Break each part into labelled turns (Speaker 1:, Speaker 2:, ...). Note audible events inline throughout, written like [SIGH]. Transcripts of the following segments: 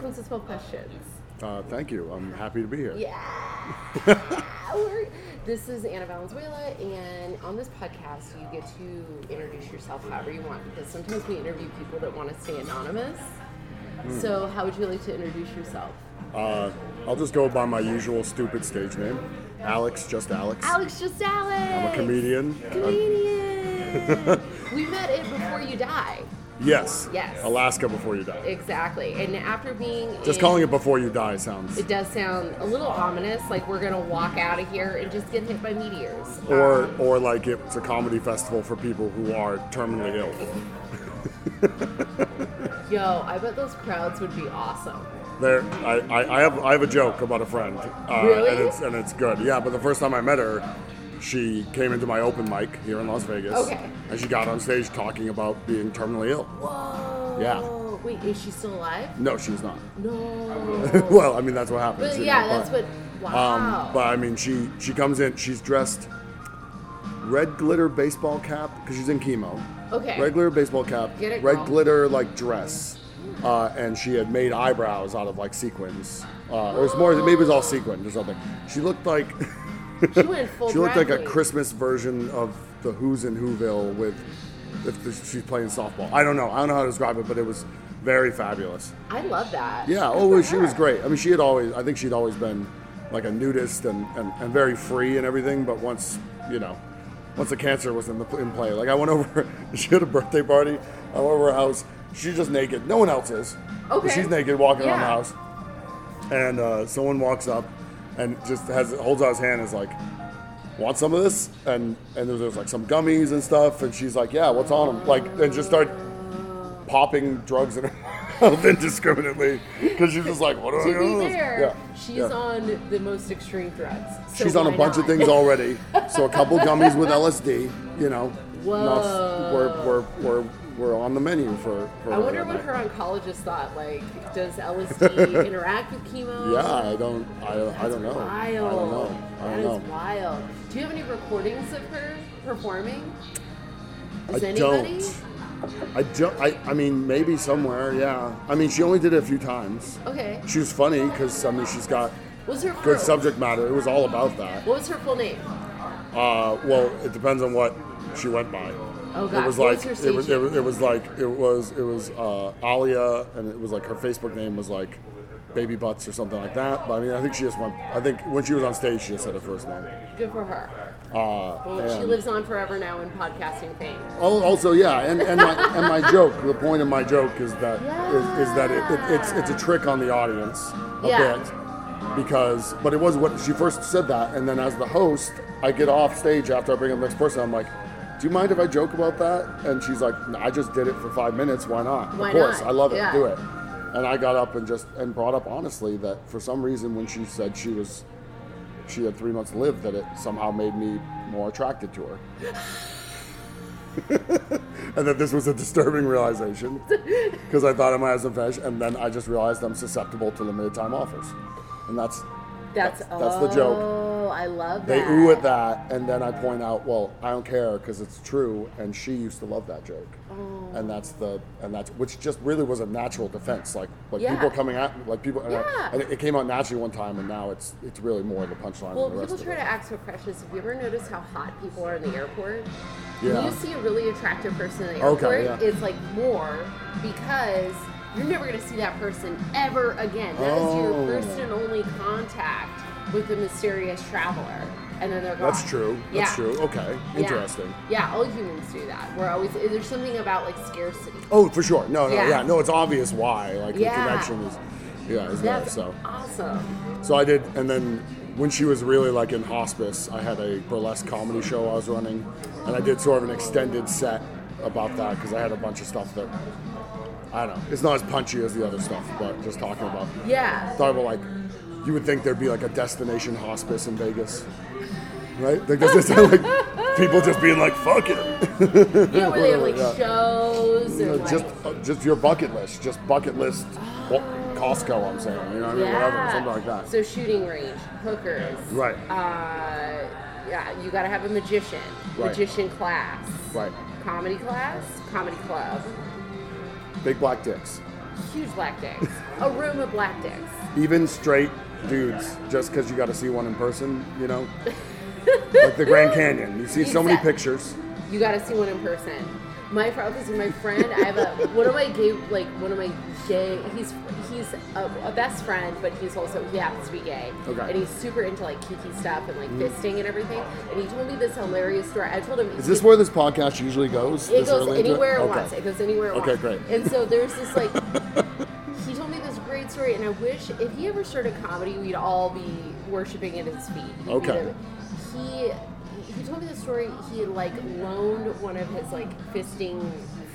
Speaker 1: sensible questions.
Speaker 2: Uh, thank you. I'm happy to be here. [LAUGHS]
Speaker 1: Yeah. We're- this is Anna Valenzuela, and on this podcast, you get to introduce yourself however you want because sometimes we interview people that want to stay anonymous.
Speaker 2: Hmm.
Speaker 1: So, how would you like to introduce yourself?
Speaker 2: Uh, I'll just go by my usual stupid stage name, Alex. Just Alex.
Speaker 1: Alex, just Alex.
Speaker 2: I'm a comedian. I'm- [LAUGHS]
Speaker 1: Comedian. we met it before you die.
Speaker 2: yes.
Speaker 1: Yes.
Speaker 2: Alaska before you die.
Speaker 1: Exactly. And after being
Speaker 2: Just
Speaker 1: in-
Speaker 2: calling it before you die sounds.
Speaker 1: It does sound a little ominous, like we're gonna walk out of here and just get hit by meteors.
Speaker 2: Or
Speaker 1: Um,
Speaker 2: or like it's a comedy festival for people who are terminally ill.
Speaker 1: yo, I bet those crowds would be awesome.
Speaker 2: There, I, I, I have I have a joke about a friend, uh,
Speaker 1: Really?
Speaker 2: and it's and it's good. Yeah, but the first time I met her, she came into my open mic here in Las Vegas,
Speaker 1: Okay.
Speaker 2: and she got on stage talking about being terminally ill.
Speaker 1: Whoa.
Speaker 2: Yeah.
Speaker 1: Wait, is she still alive?
Speaker 2: No, she's not.
Speaker 1: No.
Speaker 2: [LAUGHS] well, I mean that's what happens.
Speaker 1: But
Speaker 2: you
Speaker 1: yeah,
Speaker 2: know,
Speaker 1: that's
Speaker 2: but- um,
Speaker 1: what. Wow.
Speaker 2: but I mean, she she comes in. She's dressed red glitter baseball cap because she's in chemo.
Speaker 1: Okay.
Speaker 2: Red glitter baseball cap.
Speaker 1: Get it,
Speaker 2: red
Speaker 1: girl.
Speaker 2: glitter like dress, uh, and she had made eyebrows out of like sequins. Uh, or it's more maybe it was all sequined or something. She looked like [LAUGHS]
Speaker 1: she went full.
Speaker 2: she looked like a
Speaker 1: Bradley.
Speaker 2: Christmas version of the Who's in Whoville with if the, she's playing softball. I don't know. I don't know how to describe it, but it was very fabulous.
Speaker 1: I love that.
Speaker 2: Yeah,
Speaker 1: Good
Speaker 2: always
Speaker 1: for
Speaker 2: she was
Speaker 1: her.
Speaker 2: great. I mean, she had always, I think she'd always been like a nudist and, and, and very free and everything. But once, you know, once the cancer was in the in play, like I went [LAUGHS] over, she had a birthday party. I went over her house. She's just naked. No one else is.
Speaker 1: Okay.
Speaker 2: She's naked walking
Speaker 1: Yeah.
Speaker 2: around the house, and uh, someone walks up and just has holds out his hand and is like, "Want some of this?" And and there's, there's like some gummies and stuff. And she's like, "Yeah, what's on them?" Like and just start popping drugs in her [LAUGHS] mouth indiscriminately because she's just like, what do I
Speaker 1: To
Speaker 2: do?
Speaker 1: be fair,
Speaker 2: Yeah,
Speaker 1: she's
Speaker 2: yeah.
Speaker 1: on the most extreme threads.
Speaker 2: she's on a bunch of things already. So a couple gummies with LSD, you know. not-
Speaker 1: Whoa.
Speaker 2: We're, we're, we're, we're on the menu for. for
Speaker 1: I wonder what
Speaker 2: night.
Speaker 1: her oncologist thought. Like, does
Speaker 2: [LAUGHS]
Speaker 1: LSD interact with chemo?
Speaker 2: Yeah, I don't. I, don't- I
Speaker 1: That's
Speaker 2: don't know.
Speaker 1: Wild.
Speaker 2: Oh, I don't know. I
Speaker 1: That
Speaker 2: don't
Speaker 1: is
Speaker 2: know.
Speaker 1: wild. Do you have any recordings of her performing? Is
Speaker 2: I
Speaker 1: anybody?
Speaker 2: don't. I don't. I, I mean, maybe somewhere. Yeah. I mean, she only did it a few times.
Speaker 1: Okay.
Speaker 2: She was funny because I mean, she's got
Speaker 1: What's her
Speaker 2: good
Speaker 1: crew?
Speaker 2: subject matter. It was all about that.
Speaker 1: What was her full name?
Speaker 2: Uh, well, it depends on what she went by.
Speaker 1: Oh,
Speaker 2: It
Speaker 1: God.
Speaker 2: was
Speaker 1: What
Speaker 2: like
Speaker 1: was her
Speaker 2: it was,
Speaker 1: stage
Speaker 2: it was it was like it was it was uh, Alia, and it was like her Facebook name was like Baby Butts or something like that. But I mean, I think she just went. I think when she was on stage, she just said her first name.
Speaker 1: Good for her.
Speaker 2: Uh,
Speaker 1: Well, she
Speaker 2: and-
Speaker 1: lives on forever now in podcasting fame.
Speaker 2: Al- Also, yeah, and, and my and my joke. The point of my joke is that is is, that it, it, it's it's a trick on the audience a
Speaker 1: Yeah.
Speaker 2: bit because, but it was what she first said that, and then as the host, I get off stage after I bring up the next person. I'm like, "Do you mind if I joke about that?" And she's like, "No, "I just did it for five minutes. Why not?
Speaker 1: Why
Speaker 2: of course,
Speaker 1: not?
Speaker 2: I love it.
Speaker 1: Yeah.
Speaker 2: Do it." And I got up and just and brought up honestly that for some reason when she said she was she had three months to live that it somehow made me more attracted to her. and that this was a
Speaker 1: [LAUGHS]
Speaker 2: disturbing realization because I thought I might have some fetish, and then I just realized I'm susceptible to limited time offers. And that's,
Speaker 1: That's
Speaker 2: that's the joke.
Speaker 1: Oh, I love
Speaker 2: they
Speaker 1: that.
Speaker 2: ooh at that, and then I point out, well, I don't care because it's true, and she used to love that joke.
Speaker 1: Oh.
Speaker 2: And that's the, and that's, which just really was a natural defense. Like, like
Speaker 1: Yeah.
Speaker 2: people coming at, like people, and, I-
Speaker 1: Yeah.
Speaker 2: and it, it came out naturally one time, and now it's, it's really more the punchline.
Speaker 1: Well,
Speaker 2: than the
Speaker 1: people
Speaker 2: rest of
Speaker 1: try
Speaker 2: it.
Speaker 1: to act so precious. Have you ever noticed how hot people are in the airport? When
Speaker 2: Yeah.
Speaker 1: you see a really attractive person in the airport,
Speaker 2: Okay, yeah.
Speaker 1: it's like more because you're never going to see that person ever again. That is
Speaker 2: Oh.
Speaker 1: your first and only contact with the mysterious traveler. And then they're gone.
Speaker 2: That's true. That's
Speaker 1: Yeah.
Speaker 2: true. Okay.
Speaker 1: Yeah.
Speaker 2: Interesting.
Speaker 1: Yeah, all humans do that. We're always, there's something about like scarcity.
Speaker 2: Oh, for sure. No, no,
Speaker 1: Yeah.
Speaker 2: yeah. No, it's obvious why. Like
Speaker 1: Yeah.
Speaker 2: the connection is, yeah, is there.
Speaker 1: That's
Speaker 2: So,
Speaker 1: awesome.
Speaker 2: so I did, and then when she was really like in hospice, I had a burlesque comedy show I was running, and I did sort of an extended set about that because I had a bunch of stuff that I don't know. It's not as punchy as the other stuff, but just talking about
Speaker 1: Yeah.
Speaker 2: [LAUGHS] talking about like you would think there'd be like a destination hospice in Vegas. Right? Like, [LAUGHS] does this sound like people just being like, fuck it?
Speaker 1: Yeah, where they have like
Speaker 2: Yeah.
Speaker 1: shows
Speaker 2: You know,
Speaker 1: and like,
Speaker 2: just uh, just your bucket list, just bucket list. Well, Costco, I'm saying, you know, what I mean, whatever, something like that.
Speaker 1: So shooting range, hookers.
Speaker 2: Right.
Speaker 1: Uh, yeah, you gotta have a magician.
Speaker 2: Right.
Speaker 1: Magician class.
Speaker 2: right,
Speaker 1: Comedy class. Comedy club.
Speaker 2: big black dicks.
Speaker 1: huge black dicks, a room of black dicks.
Speaker 2: Even straight dudes, just because you got to see one in person, you
Speaker 1: [LAUGHS]
Speaker 2: know? like the Grand Canyon. You see so many
Speaker 1: Exact-
Speaker 2: pictures.
Speaker 1: You got to see one in person. My friend, this is my friend. I have a one of my gay, like one of my gay. He's he's a, a best friend, but he's also he happens to be gay,
Speaker 2: Okay. Mm.
Speaker 1: and he's super into like kiki stuff and like fisting and everything. And he told me this hilarious story. I told him
Speaker 2: Is this where this podcast usually goes?
Speaker 1: it
Speaker 2: This
Speaker 1: goes
Speaker 2: early into
Speaker 1: anywhere it
Speaker 2: Okay. [LAUGHS]
Speaker 1: wants. It goes anywhere it
Speaker 2: Okay,
Speaker 1: wants.
Speaker 2: great.
Speaker 1: And so there's this
Speaker 2: [LAUGHS]
Speaker 1: like, he told me this great story, and I wish if he ever started comedy, we'd all be worshiping at his feet. He'd be
Speaker 2: Okay.
Speaker 1: the- He he told me this story. He like loaned one of his like fisting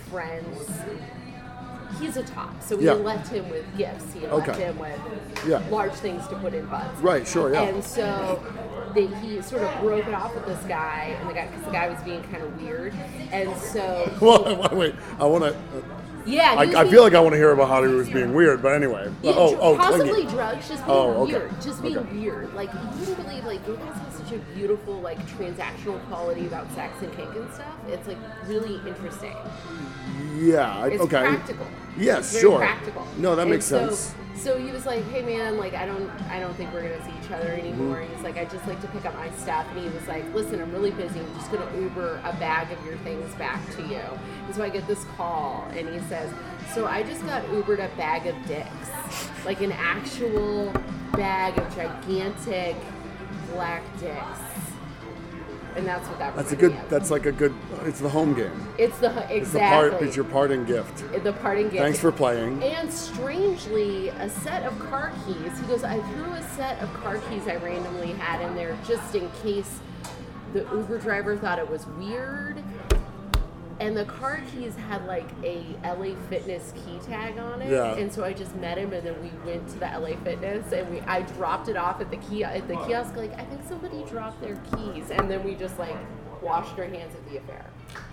Speaker 1: friends. He's a top, so he
Speaker 2: Yeah.
Speaker 1: left him with gifts. He left
Speaker 2: Okay.
Speaker 1: him with
Speaker 2: Yeah.
Speaker 1: large things to put in butts.
Speaker 2: Right, sure, yeah.
Speaker 1: And so they, he sort of broke it off with this guy, and the guy, because the guy was being kind of weird, and so
Speaker 2: well, wait, I want to.
Speaker 1: yeah, he
Speaker 2: I,
Speaker 1: was
Speaker 2: I
Speaker 1: being-
Speaker 2: feel like I want to hear about how he was being weird, but anyway.
Speaker 1: yeah,
Speaker 2: oh,
Speaker 1: dr-
Speaker 2: oh,
Speaker 1: possibly
Speaker 2: clingy.
Speaker 1: drugs, just being
Speaker 2: Oh, okay.
Speaker 1: weird, just being
Speaker 2: Okay.
Speaker 1: weird. Like you wouldn't believe, like you guys have such a beautiful like transactional quality about sex and kink and stuff. It's like really interesting.
Speaker 2: Yeah. I-
Speaker 1: It's
Speaker 2: okay.
Speaker 1: practical.
Speaker 2: Yes,
Speaker 1: It's very
Speaker 2: sure.
Speaker 1: Practical.
Speaker 2: No, that
Speaker 1: And
Speaker 2: makes
Speaker 1: so-
Speaker 2: sense.
Speaker 1: So he was like, "Hey man, like I don't, I don't think we're gonna see each other
Speaker 2: Mm-hmm.
Speaker 1: anymore." And He's like, "I just like to pick up my stuff." And he was like, "Listen, I'm really busy. I'm just gonna Uber a bag of your things back to you." And so I get this call, and he says, "So I just got Ubered a bag of dicks, like an actual bag of gigantic black dicks." And that's what that.
Speaker 2: That's a
Speaker 1: reminded
Speaker 2: good.
Speaker 1: me of.
Speaker 2: That's like a good. It's the home game.
Speaker 1: It's the exactly.
Speaker 2: It's the part. It's your parting gift.
Speaker 1: the parting gift.
Speaker 2: Thanks for playing.
Speaker 1: And strangely, a set of car keys. He goes, I threw a set of car keys I randomly had in there just in case the Uber driver thought it was weird. And the car keys had like a LA Fitness key tag on it.
Speaker 2: Yeah.
Speaker 1: And so I just met him and then we went to the LA Fitness and we I dropped it off at the key at the kiosk, like, I think somebody dropped their keys and then we just like washed our hands of the affair.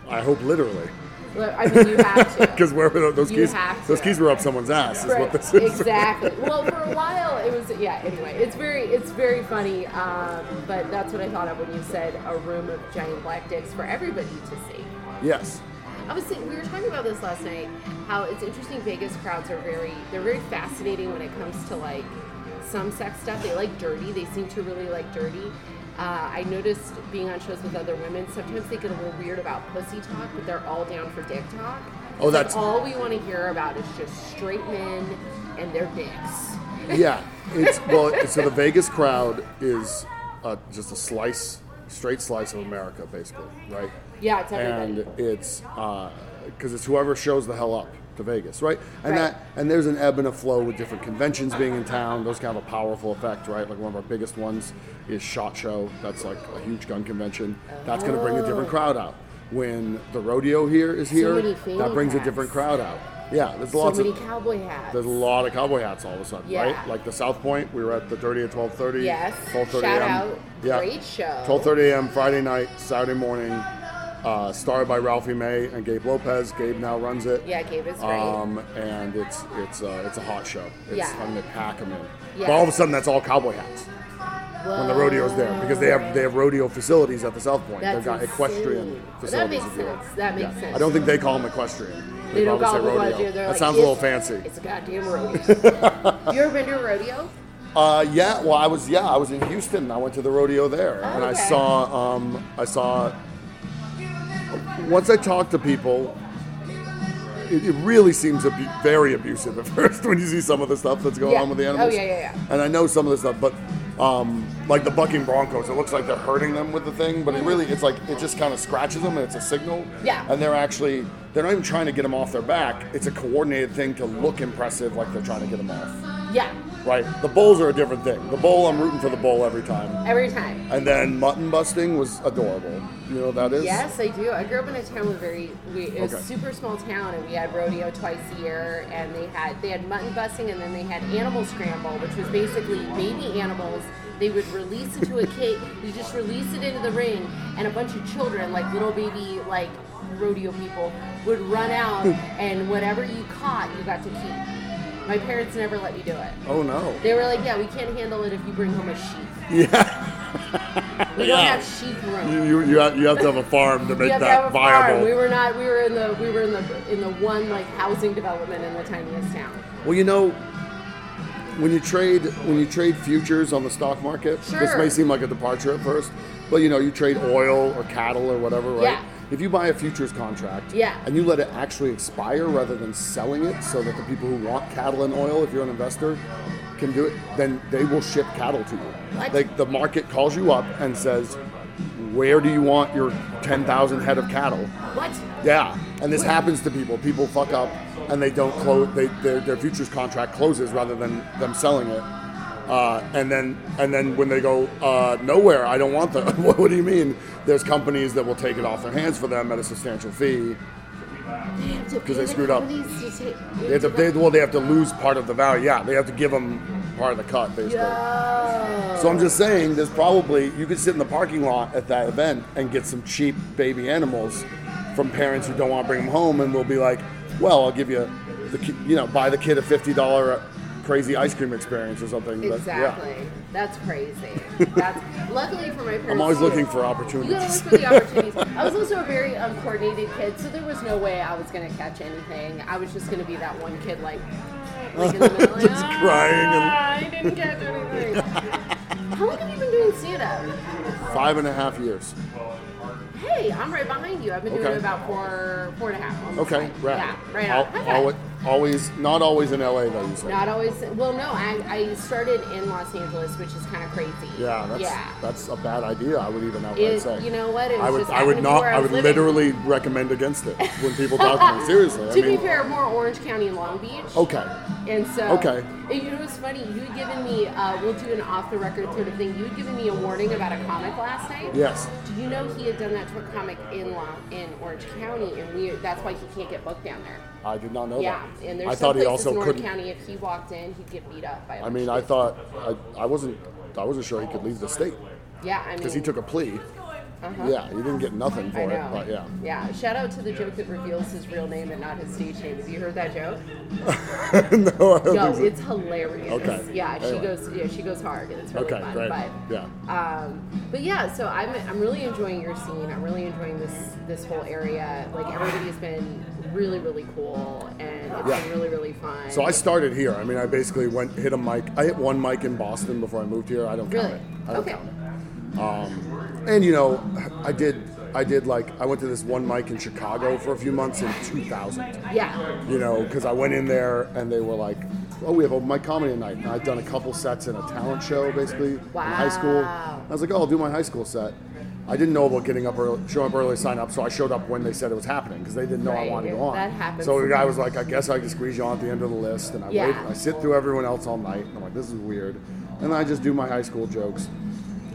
Speaker 2: I hope literally,
Speaker 1: Well, I mean you have
Speaker 2: [LAUGHS]
Speaker 1: to
Speaker 2: because where were tho- those
Speaker 1: You
Speaker 2: keys?
Speaker 1: have
Speaker 2: Those
Speaker 1: to.
Speaker 2: keys were up someone's ass. Is
Speaker 1: Right.
Speaker 2: what this is.
Speaker 1: Exactly. well, for a while it was yeah. Anyway, it's very it's very funny. Um, but that's what I thought of when you said a room of giant black dicks for everybody to see.
Speaker 2: yes.
Speaker 1: I was thinking, we were talking about this last night. How it's interesting. Vegas crowds are very they're very fascinating when it comes to like some sex stuff. They like dirty. They seem to really like dirty. Uh, I noticed being on shows with other women. Sometimes they get a little weird about pussy talk, but they're all down for dick talk. It's
Speaker 2: Oh,
Speaker 1: like
Speaker 2: that's-
Speaker 1: all we want to hear about is just straight men and their dicks.
Speaker 2: Yeah. It's well. So the Vegas crowd is uh, just a slice, straight slice of America, basically, right?
Speaker 1: Yeah, it's everybody.
Speaker 2: and it's because it's whoever shows the hell up to Vegas, right? And
Speaker 1: Right.
Speaker 2: that and there's an ebb and a flow with different conventions being in town. Those kind of a powerful effect, right? Like one of our biggest ones is Shot Show. That's like a huge gun convention. That's going to bring a different crowd out. When the rodeo here is here,
Speaker 1: Oh. many fanny
Speaker 2: that brings a
Speaker 1: packs.
Speaker 2: different crowd out. Yeah, there's
Speaker 1: so
Speaker 2: lots
Speaker 1: many
Speaker 2: of
Speaker 1: cowboy hats.
Speaker 2: there's a lot of cowboy hats all of a sudden,
Speaker 1: Yeah.
Speaker 2: right? Like the South Point, we were at the 30 at 12:30.
Speaker 1: Yes.
Speaker 2: 12:30
Speaker 1: Shout
Speaker 2: a.m.
Speaker 1: out. Great show.
Speaker 2: 12:30 a.m. Friday night, Saturday morning. Uh, starred by Ralphie May and Gabe Lopez. Gabe now runs it.
Speaker 1: Yeah, Gabe is great.
Speaker 2: Um, and it's it's uh, it's a hot show. It's
Speaker 1: Yeah.
Speaker 2: I mean, they pack 'em in.
Speaker 1: Yeah.
Speaker 2: But all of a sudden, that's all cowboy hats when the rodeo's there because they have
Speaker 1: Whoa.
Speaker 2: they have rodeo facilities at the South Point.
Speaker 1: Oh. That's
Speaker 2: They've got
Speaker 1: insane.
Speaker 2: equestrian
Speaker 1: That
Speaker 2: facilities.
Speaker 1: makes
Speaker 2: if you will.
Speaker 1: sense. That makes sense.
Speaker 2: I don't think they call them equestrian. They,
Speaker 1: They don't
Speaker 2: probably
Speaker 1: call
Speaker 2: say
Speaker 1: it
Speaker 2: rodeo.
Speaker 1: rodeo. They're
Speaker 2: that
Speaker 1: like,
Speaker 2: sounds a little
Speaker 1: "It's-
Speaker 2: fancy.
Speaker 1: It's a goddamn rodeo.
Speaker 2: [LAUGHS]
Speaker 1: you ever been to a rodeo?
Speaker 2: Uh, yeah, well, I was yeah, I was in Houston. I went to the rodeo there,
Speaker 1: Oh,
Speaker 2: and I
Speaker 1: okay.
Speaker 2: saw um, I saw. Once I talked to people, it, it really seems abu- very abusive at [LAUGHS] first when you see some of the stuff that's going
Speaker 1: Yeah.
Speaker 2: on with the
Speaker 1: Oh,
Speaker 2: animals.
Speaker 1: yeah, yeah, yeah.
Speaker 2: And I know some of the stuff, but um, like the bucking broncos, it looks like they're hurting them with the thing, but it really it's like it just kind of scratches them and it's a signal.
Speaker 1: Yeah.
Speaker 2: And they're actually they're not even trying to get them off their back. It's a coordinated thing to look impressive, like they're trying to get them off.
Speaker 1: Yeah,
Speaker 2: Right. The bowls are a different thing. The bowl, I'm rooting for the bowl every time.
Speaker 1: every time.
Speaker 2: And then mutton busting was adorable. You know what that is?
Speaker 1: Yes, I do. I grew up in a town with very we, it was
Speaker 2: Okay.
Speaker 1: a super small town, and we had rodeo twice a year, and they had they had mutton busting, and then they had animal scramble, which was basically baby animals. They would release into a cage. You just release it into the ring, and a bunch of children, like little baby, like rodeo people, would run
Speaker 2: [LAUGHS]
Speaker 1: out, and whatever you caught, you got to keep. My parents never let me do it.
Speaker 2: Oh no.
Speaker 1: [LAUGHS] They were like, "Yeah, we can't handle it if you bring home a sheep."
Speaker 2: Yeah.
Speaker 1: We don't
Speaker 3: Yeah.
Speaker 1: have chic room.
Speaker 2: You, you, you, have, you have to have a farm to
Speaker 1: We
Speaker 2: make
Speaker 1: have to
Speaker 2: that
Speaker 1: have a farm.
Speaker 2: viable.
Speaker 1: We were not. We were in the. We were in the in the one like housing development in the tiniest town.
Speaker 2: Well, you know, when you trade when you trade futures on the stock market, this
Speaker 1: Sure.
Speaker 2: may seem like a departure at first, but you know, you trade oil or cattle or whatever, right?
Speaker 1: Yeah.
Speaker 2: If you buy a futures contract
Speaker 1: Yeah.
Speaker 2: and you let it actually expire rather than selling it so that the people who want cattle and oil, if you're an investor, can do it, then they will ship cattle to you.
Speaker 1: What?
Speaker 2: Like the market calls you up and says, Where do you want your 10,000 head of cattle?
Speaker 1: What?
Speaker 2: Yeah, and this happens to people. People fuck up and they don't close. They, their, their futures contract closes rather than them selling it. Uh, and then and then when they go uh, nowhere, I don't want them. [LAUGHS] what, what do you mean? There's companies that will take it off their hands for them at a substantial fee.
Speaker 1: Because
Speaker 2: they screwed up. They have to, they, well, they have to lose part of the value. Yeah, they have to give them part of the cut basically.
Speaker 1: Yo.
Speaker 2: So I'm just saying, there's probably you could sit in the parking lot at that event and get some cheap baby animals from parents who don't want to bring them home, and we'll be like, "Well, I'll give you the ki- you know buy the kid a fifty dollar uh, crazy ice cream experience or something." But, yeah.
Speaker 1: Exactly. That's crazy. That's [LAUGHS] luckily for my parents.
Speaker 2: I'm always
Speaker 1: too.
Speaker 2: looking for
Speaker 1: You gotta look
Speaker 2: opportunities. [LAUGHS]
Speaker 1: for the opportunities. I was also a very uncoordinated kid, so there was no way I was gonna catch anything. I was just gonna be that one kid, like, like in the middle, like,
Speaker 2: [LAUGHS] Just crying and-
Speaker 1: "Ah, I didn't catch
Speaker 2: [LAUGHS]
Speaker 1: anything. How long have you been doing stand-up?
Speaker 2: Five and a half years.
Speaker 1: Hey, I'm right behind you. I've been doing
Speaker 2: Okay.
Speaker 1: it about four, four and a half. almost
Speaker 2: Okay,
Speaker 1: five.
Speaker 2: right.
Speaker 1: Yeah, right on. High five.
Speaker 2: always, always, not always in LA though. You said.
Speaker 1: Not always. Well, no, I, I started in Los Angeles, which is kind of crazy.
Speaker 2: yeah, that's
Speaker 1: yeah.
Speaker 2: that's a bad idea. I would even outright
Speaker 1: It-
Speaker 2: say.
Speaker 1: you know what? It was
Speaker 2: I would,
Speaker 1: just
Speaker 2: I would
Speaker 1: happened to be
Speaker 2: not.
Speaker 1: where I
Speaker 2: I
Speaker 1: was
Speaker 2: would
Speaker 1: living.
Speaker 2: literally recommend against it when people talk to
Speaker 1: [LAUGHS]
Speaker 2: me. Seriously, I
Speaker 1: to
Speaker 2: mean,
Speaker 1: be fair, more Orange County and Long Beach.
Speaker 2: okay.
Speaker 1: And so,
Speaker 2: Okay.
Speaker 1: And you know what's funny? You had given me, uh, we'll do an off the record sort of thing. You had given me a warning about a comic last night.
Speaker 2: Yes.
Speaker 1: Do you know he had done that to a comic in Long, in Orange County, and we that's why he can't get booked down there.
Speaker 2: I did not know
Speaker 1: Yeah,
Speaker 2: that.
Speaker 1: and there's
Speaker 2: Oh, I
Speaker 1: some
Speaker 2: thought he
Speaker 1: places
Speaker 2: also
Speaker 1: in Orange
Speaker 2: couldn't.
Speaker 1: County. If he walked in, he'd get beat up by. a
Speaker 2: I
Speaker 1: bunch
Speaker 2: mean,
Speaker 1: of
Speaker 2: I
Speaker 1: kids.
Speaker 2: thought I, I wasn't I wasn't sure he could leave the state
Speaker 1: Yeah, I mean,
Speaker 2: because he took a plea.
Speaker 1: Uh-huh.
Speaker 2: Yeah, he didn't get nothing for
Speaker 1: I
Speaker 2: it.
Speaker 1: know.
Speaker 2: But yeah,
Speaker 1: Shout out to the joke that reveals his real name and not his stage name. Have you heard that joke?
Speaker 2: [LAUGHS] no,
Speaker 1: No,
Speaker 2: I don't think so.
Speaker 1: it's hilarious.
Speaker 2: Okay.
Speaker 1: Yeah, she
Speaker 2: Anyway.
Speaker 1: goes. Yeah, she goes hard. and It's really
Speaker 2: okay,
Speaker 1: fun.
Speaker 2: great.
Speaker 1: But,
Speaker 2: yeah,
Speaker 1: um, but yeah, so I'm I'm really enjoying your scene. I'm really enjoying this this whole area. Like everybody's been really really cool and it's
Speaker 2: Yeah.
Speaker 1: been really really fun.
Speaker 2: so I started here. I mean, I basically went hit a mic. I hit one mic in Boston before I moved here. I don't count
Speaker 1: Really?
Speaker 2: it. I don't
Speaker 1: Okay.
Speaker 2: count it. Um, and you know, I did. I did like I went to this one mic in Chicago for a few months in 2000.
Speaker 1: yeah.
Speaker 2: you know, because I went in there and they were like, "Oh, we have open mic comedy night." And I'd done a couple sets in a talent show, basically in high school.
Speaker 1: Wow.
Speaker 2: I was like, "Oh, I'll do my high school set." I didn't know about getting up early, showing up early, sign up, so I showed up when they said it was happening because they didn't know I
Speaker 1: Right,
Speaker 2: wanted to
Speaker 1: it-
Speaker 2: go on.
Speaker 1: that happens
Speaker 2: So the guy was like, "I guess I can squeeze you on at the end of the list," and I
Speaker 1: Yeah.
Speaker 2: wait, and I sit through everyone else all night, and I'm like, "This is weird," and I just do my high school jokes.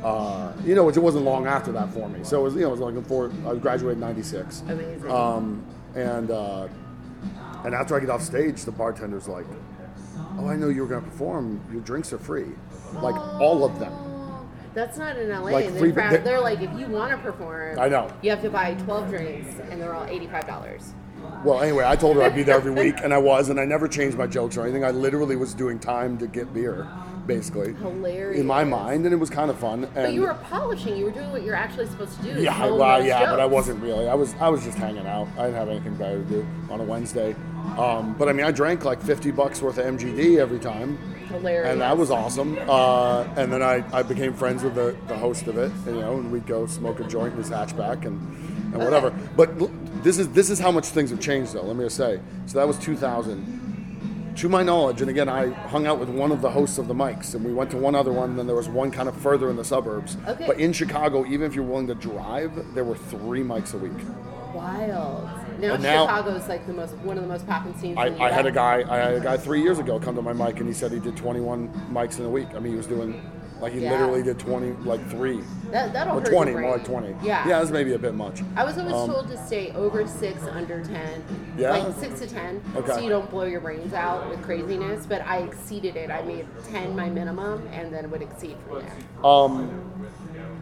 Speaker 2: Uh, you know, which it wasn't long after that for me. So it was, you know, it was like in four, I graduated in '96.
Speaker 1: Amazing.
Speaker 2: Um, and uh, and after I get off stage, the bartender's like, "Oh, I know you were gonna perform. Your drinks are free, like all of them."
Speaker 1: Oh, That's not in LA.
Speaker 2: Like
Speaker 1: They're
Speaker 2: free-
Speaker 1: proud-
Speaker 2: they-
Speaker 1: they're like, if you want to perform,
Speaker 2: I know.
Speaker 1: you have to buy 12 drinks, and they're all $85.
Speaker 2: Well, anyway, I told her I'd be there
Speaker 1: [LAUGHS]
Speaker 2: every week, and I was, and I never changed my jokes or anything. I literally was doing time to get beer, basically.
Speaker 1: Hilarious.
Speaker 2: In my mind, and it was kind of fun. And
Speaker 1: But you were polishing. You were doing what you're actually supposed to do. is
Speaker 2: Yeah,
Speaker 1: hone
Speaker 2: well,
Speaker 1: those
Speaker 2: yeah, but I
Speaker 1: jokes.
Speaker 2: wasn't really. I was I was just hanging out. I didn't have anything better to do on a Wednesday. Um, but I mean, I drank like 50 bucks worth of MGD every time.
Speaker 1: Hilarious.
Speaker 2: And that was awesome. Uh, and then I, I became friends with the, the host of it, you know, and we'd go smoke a joint in his hatchback and, and whatever. But l- this is this is how much things have changed, though. Let me just say. So that was 2000. To my knowledge, and again, I hung out with one of the hosts of the mics, and we went to one other one. Then there was one kind of further in the suburbs.
Speaker 1: Okay.
Speaker 2: But in Chicago, even if you're willing to drive, there were three mics a week.
Speaker 1: wild. Now
Speaker 2: And now-
Speaker 1: Chicago's like the most one of the most popping scenes.
Speaker 2: I,
Speaker 1: in the
Speaker 2: I had a
Speaker 1: US.
Speaker 2: guy I had a guy three years ago come to my mic and he said he did 21 mics in a week. I mean, he was doing like he
Speaker 1: Yeah.
Speaker 2: literally did 20, like three
Speaker 1: That, that'll
Speaker 2: or
Speaker 1: hurt your
Speaker 2: 20,
Speaker 1: brain.
Speaker 2: more like 20.
Speaker 1: Yeah.
Speaker 2: yeah, that's maybe a bit much.
Speaker 1: I was always told to stay over six, under ten,
Speaker 2: Yeah?
Speaker 1: like six to ten, so
Speaker 2: Okay.
Speaker 1: you don't blow your brains out with craziness. But I exceeded it. I made ten my minimum, and then would exceed from there.
Speaker 2: Um,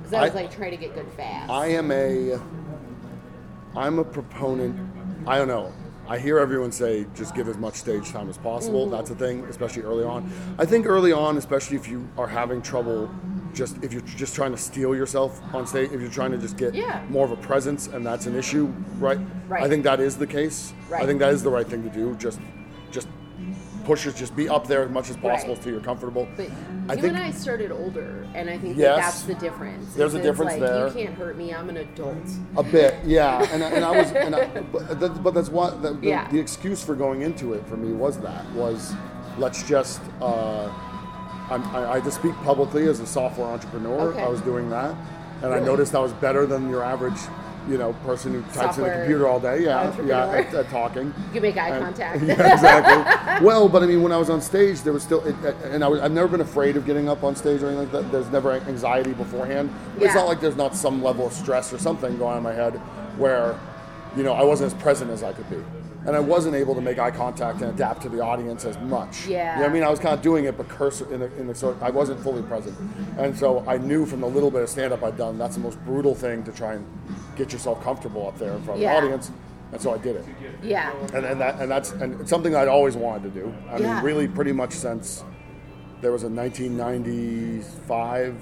Speaker 1: Because I was
Speaker 2: I-
Speaker 1: like trying to get good fast.
Speaker 2: I am a I'm a proponent. I don't know. I hear everyone say just give as much stage time
Speaker 1: Mm-hmm.
Speaker 2: as possible. That's a thing, especially early on. I think early on, especially if you are having trouble just if you're just trying to steal yourself on stage, if you're trying to just get
Speaker 1: Yeah.
Speaker 2: more of a presence, and that's an issue, right? I
Speaker 1: Right.
Speaker 2: think that is the case. I
Speaker 1: Right.
Speaker 2: think that is the right thing to do. Just, just push it. Just be up there as much as possible
Speaker 1: Right.
Speaker 2: till you're comfortable.
Speaker 1: But
Speaker 2: I
Speaker 1: you
Speaker 2: think-
Speaker 1: and I started older, and I think
Speaker 2: Yes.
Speaker 1: that that's the difference. is
Speaker 2: There's a
Speaker 1: it's
Speaker 2: difference
Speaker 1: like,
Speaker 2: there.
Speaker 1: You can't hurt me. I'm an adult.
Speaker 2: A bit, yeah. And, I- and I was, and I, but, that, but that's what the, the,
Speaker 1: Yeah.
Speaker 2: the excuse for going into it for me was that was let's just. Uh, I'm, I, I just speak publicly as a software entrepreneur.
Speaker 1: Okay.
Speaker 2: I was doing that, and I
Speaker 1: Really?
Speaker 2: noticed I was better than your average, you know, person who types in a
Speaker 1: Software
Speaker 2: computer all day. Yeah, yeah,
Speaker 1: entrepreneur.
Speaker 2: at, at talking.
Speaker 1: You make eye
Speaker 2: And-
Speaker 1: contact.
Speaker 2: Uh, [LAUGHS] yeah, exactly. well, but I mean, when I was on stage, there was still, it, and I was, I've never been afraid of getting up on stage or anything like that. There's never anxiety beforehand. But It's
Speaker 1: Yeah.
Speaker 2: not like there's not some level of stress or something going on in my head where, you know, I wasn't as present as I could be. And I wasn't able to make eye contact and adapt to the audience as much. You know what I
Speaker 1: Yeah.
Speaker 2: mean? I was kind of doing it, but cursor in the, in the sort. I wasn't fully present, and so I knew from the little bit of stand up I'd done that's the most brutal thing to try and get yourself comfortable up there in front of
Speaker 1: Yeah.
Speaker 2: the audience, and so I did it
Speaker 1: [LAUGHS] yeah.
Speaker 2: and, and that and that's and it's something I'd always wanted to do. I
Speaker 1: Yeah.
Speaker 2: mean, really, pretty much since there was a 1995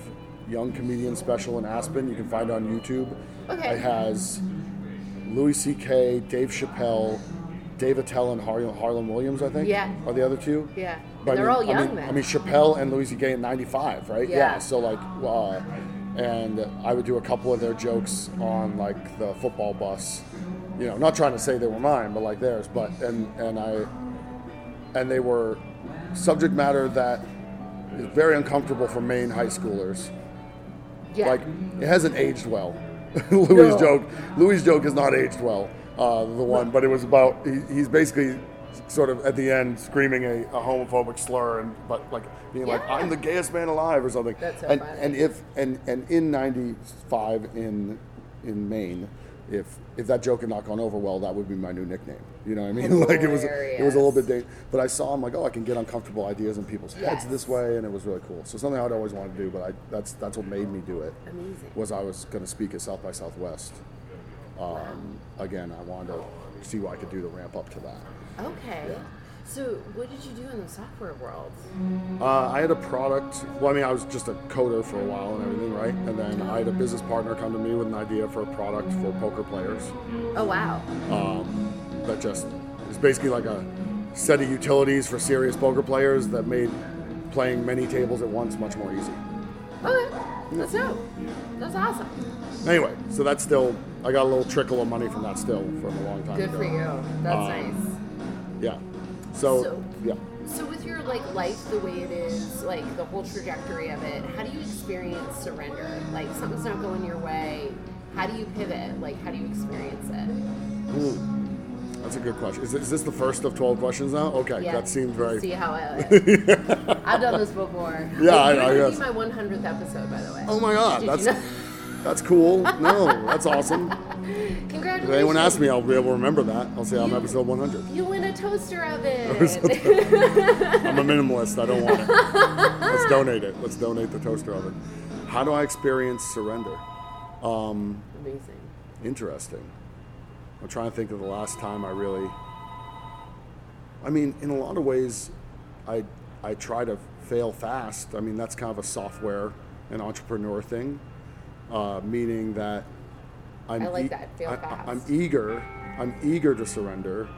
Speaker 2: young comedian special in Aspen. You can find it on YouTube.
Speaker 1: Okay.
Speaker 2: It has Louis C.K., Dave Chappelle, Dave Attell, and Harlan, Harlan Williams. I think.
Speaker 1: Yeah.
Speaker 2: Are the other two?
Speaker 1: Yeah.
Speaker 2: But
Speaker 1: And they're
Speaker 2: I
Speaker 1: all
Speaker 2: mean, I
Speaker 1: young
Speaker 2: mean,
Speaker 1: then.
Speaker 2: I mean, Chappelle and Louis C.K. in '95, right?
Speaker 1: Yeah.
Speaker 2: So like, uh, and I would do a couple of their jokes on like the football bus. You know, not trying to say they were mine, but like theirs. But and and I, and they were subject matter that is very uncomfortable for Maine high schoolers.
Speaker 1: Yeah.
Speaker 2: Like it hasn't aged well. [LAUGHS] Louis
Speaker 1: No.
Speaker 2: joke. Louis joke has not aged well. Uh, the one, but it was about he, he's basically sort of at the end screaming a, a homophobic slur and but like being like
Speaker 1: Yeah.
Speaker 2: I'm the gayest man alive or something.
Speaker 1: That's so
Speaker 2: and,
Speaker 1: funny.
Speaker 2: and if and and in '95 in in Maine. If, if that joke had not gone over well, that would be my new nickname. You know what I mean? [LAUGHS] like it was it was a little bit, da- but I saw him like, oh, I can get uncomfortable ideas in people's heads
Speaker 1: Yes.
Speaker 2: this way, and it was really cool. So something I'd always wanted to do, but I, that's that's what made me do it
Speaker 1: Amazing.
Speaker 2: was I was going to speak at South by Southwest. Um, again, I wanted to see what I could do to ramp up to that.
Speaker 1: Okay. So, what did you do in the software world?
Speaker 2: Uh, I had a product. Well, I mean, I was just a coder for a while and everything, right? And then I had a business partner come to me with an idea for a product for poker players
Speaker 1: Oh wow.
Speaker 2: um, that just is basically like a set of utilities for serious poker players that made playing many tables at once much more easy.
Speaker 1: Okay. That's dope. That's awesome.
Speaker 2: Anyway, so that's still I got a little trickle of money from that still from a long time
Speaker 1: Good
Speaker 2: ago.
Speaker 1: for you. That's nice.
Speaker 2: Um, Yeah. So,
Speaker 1: So-
Speaker 2: yeah.
Speaker 1: So with your like life the way it is, like the whole trajectory of it, how do you experience surrender? Like something's not going your way, how do you pivot? Like how do you experience it?
Speaker 2: Ooh, Hmm. that's a good question. Is, is this the first of twelve questions now? Okay, that seemed very.
Speaker 1: See how
Speaker 2: [LAUGHS]
Speaker 1: it. I've done this before.
Speaker 2: Yeah, I
Speaker 1: Like,
Speaker 2: know,
Speaker 1: This
Speaker 2: yes.
Speaker 1: is my 100th episode, by the way.
Speaker 2: Oh my God,
Speaker 1: Did
Speaker 2: that's
Speaker 1: you know? [LAUGHS]
Speaker 2: that's cool. No, that's awesome.
Speaker 1: Congratulations.
Speaker 2: If anyone asks me, I'll be able to remember that. I'll say I'm episode one hundred.
Speaker 1: You win a toaster [LAUGHS]
Speaker 2: [LAUGHS]
Speaker 1: oven.
Speaker 2: I'm a minimalist. I don't want it. Let's donate it. Let's donate the toaster oven. How do I experience surrender? Um,
Speaker 1: Amazing.
Speaker 2: Interesting. I'm trying to think of the last time I really. I mean, in a lot of ways, I I try to fail fast. I mean, that's kind of a software and entrepreneur thing, uh, meaning that I'm e-,
Speaker 1: I like that, fail
Speaker 2: I-
Speaker 1: fast.
Speaker 2: I'm eager. I'm eager to surrender.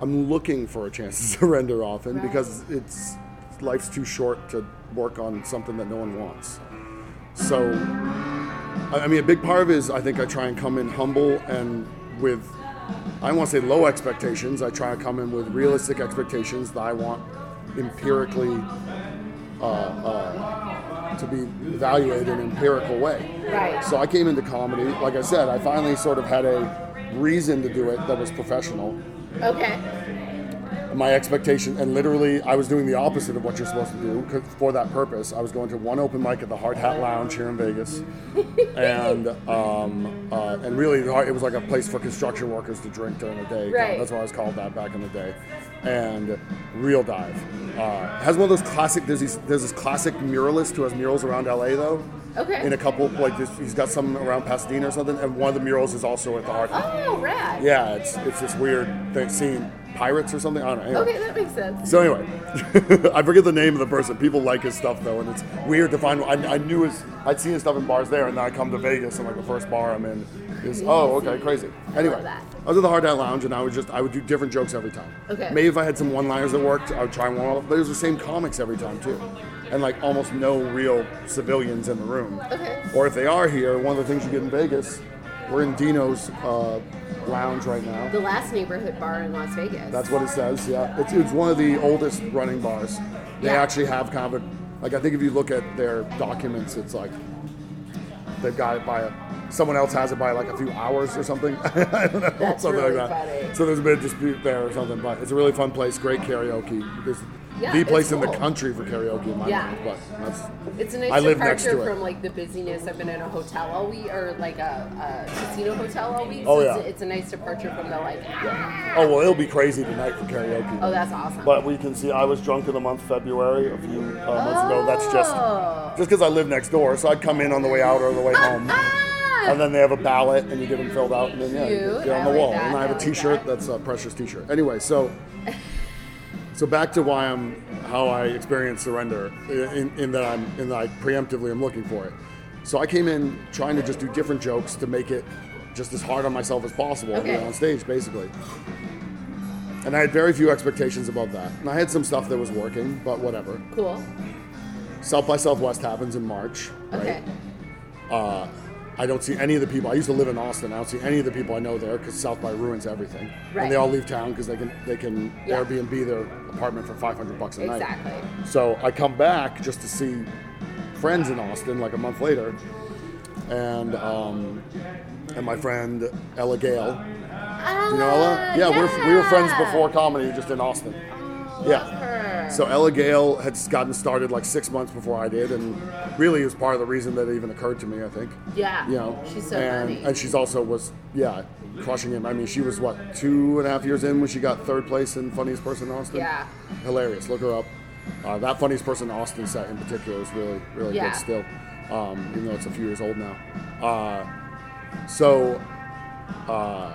Speaker 2: I'm looking for a chance to [LAUGHS] surrender often
Speaker 1: Right.
Speaker 2: because it's life's too short to work on something that no one wants. So I I mean, a big part of it is I think I try and come in humble and with, I don't want to say low expectations. I try and come in with realistic expectations that I want empirically uh, uh, to be evaluated in an empirical way.
Speaker 1: Right.
Speaker 2: So I came into comedy. Like I said, I finally sort of had a reason to do it that was professional.
Speaker 1: Okay.
Speaker 2: My expectation, and literally, I was doing the opposite of what you're supposed to do 'cause- for that purpose. I was going to one open mic at the Hard Hat Lounge here in Vegas, and um, uh, and really, the hard- it was like a place for construction workers to drink during the day.
Speaker 1: Right.
Speaker 2: That's why I was called that back in the day. And Real Dive uh, has one of those classic. There's, these, there's this classic muralist who has murals around LA though.
Speaker 1: Okay.
Speaker 2: In a couple, like this, he's got some around Pasadena or something, and one of the murals is also at the Hard Hat.
Speaker 1: Oh, rad.
Speaker 2: Yeah, it's it's this weird thing, scene pirates or something. I don't know. Anyway.
Speaker 1: Okay, that makes sense.
Speaker 2: So anyway, [LAUGHS] I forget the name of the person. People like his stuff though, and it's weird to find. I, I knew his, I'd seen his stuff in bars there, and then I come to Vegas, and like the first bar I'm in is oh okay crazy. Anyway,
Speaker 1: that.
Speaker 2: I was at the Hard Hat Lounge, and I would just I would do different jokes every time.
Speaker 1: Okay.
Speaker 2: Maybe if I had some one-liners that worked, I would try one. But it was the same comics every time too, and like almost no real civilians in the room.
Speaker 1: Okay.
Speaker 2: Or if they are here, one of the things you get in Vegas, we're in Dino's uh, lounge right now.
Speaker 1: The last neighborhood bar in Las Vegas.
Speaker 2: That's what it says. Yeah, it's, it's one of the oldest running bars. They
Speaker 1: Yeah.
Speaker 2: actually have comic. Like I think if you look at their documents, it's like they've got it by a, someone else has it by like a few hours or something. [LAUGHS] I don't know,
Speaker 1: That's
Speaker 2: something
Speaker 1: really
Speaker 2: like that.
Speaker 1: funny.
Speaker 2: So there's a bit of dispute there or something, but it's a really fun place. Great karaoke. It's
Speaker 1: Yeah,
Speaker 2: the
Speaker 1: it's
Speaker 2: place in the
Speaker 1: cool.
Speaker 2: country for karaoke in my
Speaker 1: Yeah.
Speaker 2: mind. But that's
Speaker 1: It's a nice
Speaker 2: I live
Speaker 1: departure
Speaker 2: next to it.
Speaker 1: from like the busyness. I've been in a hotel all week, or like a, a casino hotel all week.
Speaker 2: Oh,
Speaker 1: so
Speaker 2: yeah.
Speaker 1: it's, it's a nice departure from the like.
Speaker 2: oh well, it'll be crazy tonight for karaoke.
Speaker 1: Oh, that's awesome.
Speaker 2: But we can see I was drunk in the month February a few uh, months ago. That's just
Speaker 1: Oh.
Speaker 2: just because I live next door, so I'd come in on the way out or the way home.
Speaker 1: Ah!
Speaker 2: And then they have a ballot, and you get them filled out, and then yeah, you
Speaker 1: Cute.
Speaker 2: get on
Speaker 1: I
Speaker 2: the
Speaker 1: like
Speaker 2: wall.
Speaker 1: that.
Speaker 2: And I have
Speaker 1: I
Speaker 2: a
Speaker 1: like
Speaker 2: T-shirt
Speaker 1: that.
Speaker 2: that's a precious T-shirt. Anyway, so so back to why I'm how I experience surrender in, in that I'm in that I preemptively am looking for it. So I came in trying to just do different jokes to make it just as hard on myself as possible when
Speaker 1: Okay.
Speaker 2: you're on stage, basically. And I had very few expectations about that. And I had some stuff that was working, but whatever.
Speaker 1: Cool.
Speaker 2: South by Southwest happens in March, right?
Speaker 1: Okay.
Speaker 2: Uh, I don't see any of the people. I used to live in Austin. I don't see any of the people I know there because South by ruins everything,
Speaker 1: Right.
Speaker 2: and they all leave town because they can they can
Speaker 1: Yeah.
Speaker 2: Airbnb their apartment for 500 bucks a night.
Speaker 1: Exactly.
Speaker 2: So I come back just to see friends in Austin like a month later, and um, and my friend Ella Gale. You
Speaker 1: Ah,
Speaker 2: know Ella? Yeah, We're, we were friends before comedy, just in Austin.
Speaker 1: Oh,
Speaker 2: Yeah.
Speaker 1: love her.
Speaker 2: So Ella Gale had gotten started like six months before I did, and really is part of the reason that it even occurred to me. I think.
Speaker 1: Yeah.
Speaker 2: You know,
Speaker 1: She's so
Speaker 2: and,
Speaker 1: funny.
Speaker 2: and she's also was yeah crushing him. I mean, she was what two and a half years in when she got third place in funniest person in Austin.
Speaker 1: Yeah.
Speaker 2: hilarious. Look her up. Uh, that funniest person in Austin set in particular is really really
Speaker 1: Yeah.
Speaker 2: good still, um, even though it's a few years old now. Uh, so. Uh,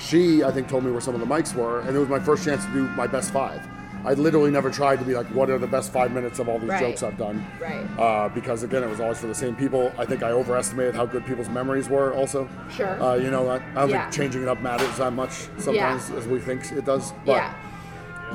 Speaker 2: she, I think, told me where some of the mics were, and it was my first chance to do my best five. I literally never tried to be like, what are the best five minutes of all these
Speaker 1: Right.
Speaker 2: jokes I've done?
Speaker 1: Right.
Speaker 2: Uh, because again, it was always for the same people. I think I overestimated how good people's memories were, also.
Speaker 1: Sure.
Speaker 2: Uh, you know, I, I don't
Speaker 1: Yeah.
Speaker 2: think changing it up matters that much sometimes as we think it does. But,
Speaker 1: yeah.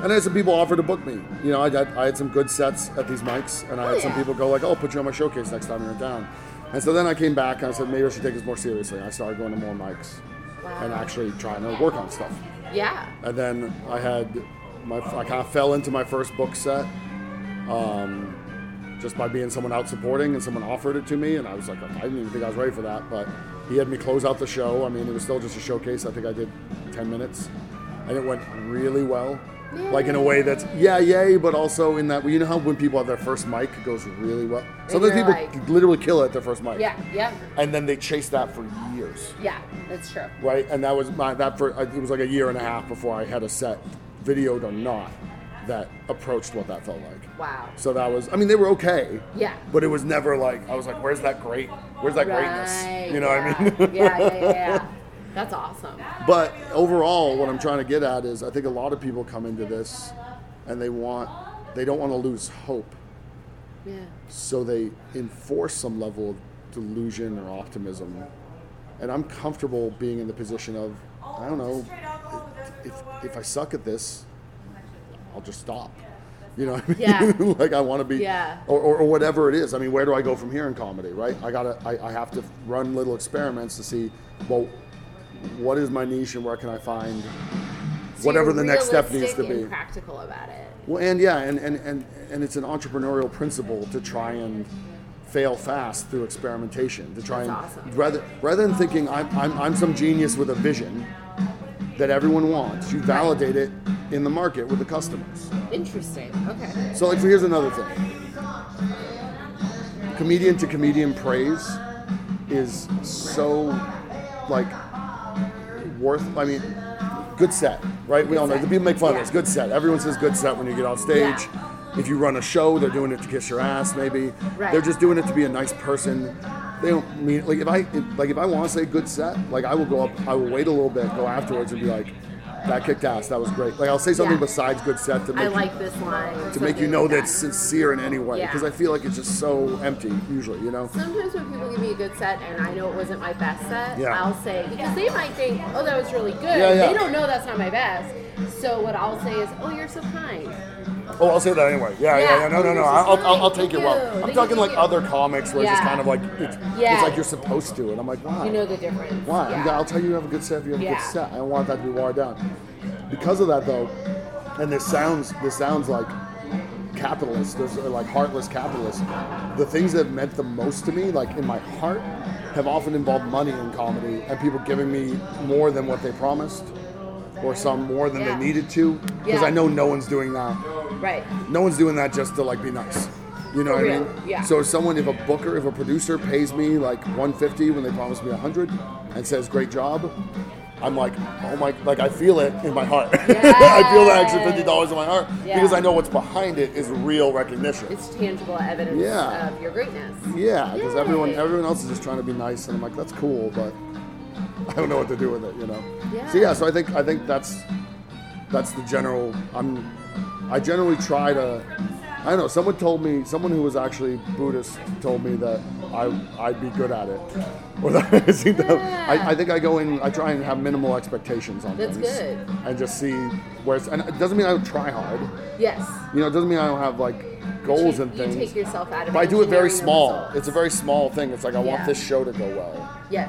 Speaker 2: And I had some people offer to book me. You know, I, got, I had some good sets at these mics, and I had
Speaker 1: Oh,
Speaker 2: some
Speaker 1: yeah.
Speaker 2: people go like, oh, I'll put you on my showcase next time you're in town. And so then I came back and I said, maybe I should take this more seriously. And I started going to more mics
Speaker 1: Wow.
Speaker 2: and actually trying to work on stuff.
Speaker 1: Yeah.
Speaker 2: And then I had my I kind of fell into my first book set, um, just by being someone out supporting, and someone offered it to me, and I was like, I didn't even think I was ready for that. But he had me close out the show. I mean, it was still just a showcase. I think I did ten minutes, and it went really well. Like in a way that's yeah, yay, but also in that you know how when people have their first mic it goes really well. Sometimes
Speaker 1: you're
Speaker 2: people
Speaker 1: like-
Speaker 2: literally kill it at their first mic.
Speaker 1: Yeah. Yeah.
Speaker 2: And then they chase that for years
Speaker 1: Yeah. That's true.
Speaker 2: right? And that was my that for it was like a year and a half before I had a set, videoed or not, that approached what that felt like.
Speaker 1: Wow.
Speaker 2: So that was I mean they were okay,
Speaker 1: Yeah.
Speaker 2: but it was never like I was like where's that great where's that
Speaker 1: Right,
Speaker 2: greatness you know
Speaker 1: yeah.
Speaker 2: what I mean?
Speaker 1: yeah, yeah, yeah, yeah. That's awesome.
Speaker 2: [LAUGHS] But overall, what I'm trying to get at is I think a lot of people come into this, and they want they don't want to lose hope,
Speaker 1: Yeah.
Speaker 2: so they enforce some level of delusion or optimism. And I'm comfortable being in the position of, I don't know, if, if I suck at this, I'll just stop. You know, what I mean?
Speaker 1: Yeah.
Speaker 2: [LAUGHS] like I want to be,
Speaker 1: Yeah.
Speaker 2: or, or, or whatever it is. I mean, where do I go from here in comedy, right? I gotta, I, I have to run little experiments to see, well, what is my niche and where can I find
Speaker 1: So
Speaker 2: whatever
Speaker 1: you're
Speaker 2: the next step needs
Speaker 1: realistic
Speaker 2: to be.
Speaker 1: And practical about it.
Speaker 2: Well, and yeah, and, and, and, and it's an entrepreneurial principle to try and fail fast through experimentation. To try
Speaker 1: That's
Speaker 2: and
Speaker 1: awesome.
Speaker 2: rather rather than thinking I'm, I'm, I'm some genius with a vision that everyone wants, you validate it in the market with the customers.
Speaker 1: Interesting. Okay.
Speaker 2: So like here's another thing. Comedian to comedian praise is so like worth I mean good set, right? We all know
Speaker 1: set.
Speaker 2: the people make fun
Speaker 1: Yeah.
Speaker 2: of this. Good set. Everyone says good set when you get on stage. If you run a show, they're doing it to kiss your ass maybe.
Speaker 1: Right.
Speaker 2: They're just doing it to be a nice person. They don't mean like if I if, like if I want to say good set, like I will go up, I will wait a little bit, go afterwards and be like that kicked ass. That was great. Like I'll say something
Speaker 1: Yeah.
Speaker 2: besides good set to make
Speaker 1: I
Speaker 2: you-
Speaker 1: like this line. or
Speaker 2: to make you
Speaker 1: something
Speaker 2: know
Speaker 1: like
Speaker 2: that it's sincere in any way
Speaker 1: Yeah.
Speaker 2: because I feel like it's just so empty usually. You know.
Speaker 1: Sometimes when people give me a good set and I know it wasn't my best set,
Speaker 2: Yeah.
Speaker 1: I'll say because they might think, "Oh, that was really good."
Speaker 2: Yeah, yeah.
Speaker 1: They don't know that's not my best. So what I'll say is, "Oh, you're so kind."
Speaker 2: Oh, I'll say that anyway. Yeah, yeah,
Speaker 1: Yeah.
Speaker 2: yeah. No, no, no. I'll, I'll, I'll take it well.
Speaker 1: Thank you.
Speaker 2: I'm
Speaker 1: Thank
Speaker 2: talking
Speaker 1: you,
Speaker 2: like
Speaker 1: thank you.
Speaker 2: other comics where it's just
Speaker 1: Yeah.
Speaker 2: kind of like it's,
Speaker 1: Yeah.
Speaker 2: it's like you're supposed to, and I'm like, why?
Speaker 1: You know the difference.
Speaker 2: why?
Speaker 1: Yeah.
Speaker 2: I'm- I'll tell you you have a good set if you have a
Speaker 1: Yeah.
Speaker 2: good set. I don't want that to be watered down. Because of that though, and this sounds this sounds like capitalist, this or like heartless capitalist. The things that have meant the most to me, like in my heart, have often involved money in comedy and people giving me more than what they promised. Or some more than
Speaker 1: Yeah.
Speaker 2: they needed to, because
Speaker 1: Yeah.
Speaker 2: I know no one's doing that
Speaker 1: right.
Speaker 2: no one's doing that just to like be nice. You know
Speaker 1: For
Speaker 2: what I
Speaker 1: real,
Speaker 2: mean?
Speaker 1: yeah.
Speaker 2: So if someone, if a booker, if a producer pays me like 150 when they promised me 100 and says great job, I'm like, oh my, like I feel it in my heart. [LAUGHS] I feel that extra
Speaker 1: Yes.
Speaker 2: fifty dollars in my heart
Speaker 1: Yeah.
Speaker 2: because I know what's behind it is real recognition.
Speaker 1: It's tangible evidence
Speaker 2: Yeah.
Speaker 1: of your greatness.
Speaker 2: yeah, because everyone,
Speaker 1: Yay.
Speaker 2: everyone else is just trying to be nice, and I'm like, that's cool, but [LAUGHS] I don't know what to do with it, you know.
Speaker 1: Yeah.
Speaker 2: So yeah, so I think I think that's that's the general I'm I generally try to I don't know, someone told me someone who was actually Buddhist told me that I I'd be good at it. [LAUGHS] Or that I, seem to- I, I think I go in I try and have minimal expectations on
Speaker 1: That's
Speaker 2: things.
Speaker 1: good.
Speaker 2: And just see where it's and it doesn't mean I don't try hard.
Speaker 1: Yes.
Speaker 2: You know, it doesn't mean I don't have like goals
Speaker 1: you,
Speaker 2: and
Speaker 1: you
Speaker 2: things.
Speaker 1: take yourself out of
Speaker 2: but I do it very
Speaker 1: engineering the
Speaker 2: small.
Speaker 1: results.
Speaker 2: It's a very small thing. It's like I want
Speaker 1: Yeah.
Speaker 2: this show to go well.
Speaker 1: yes.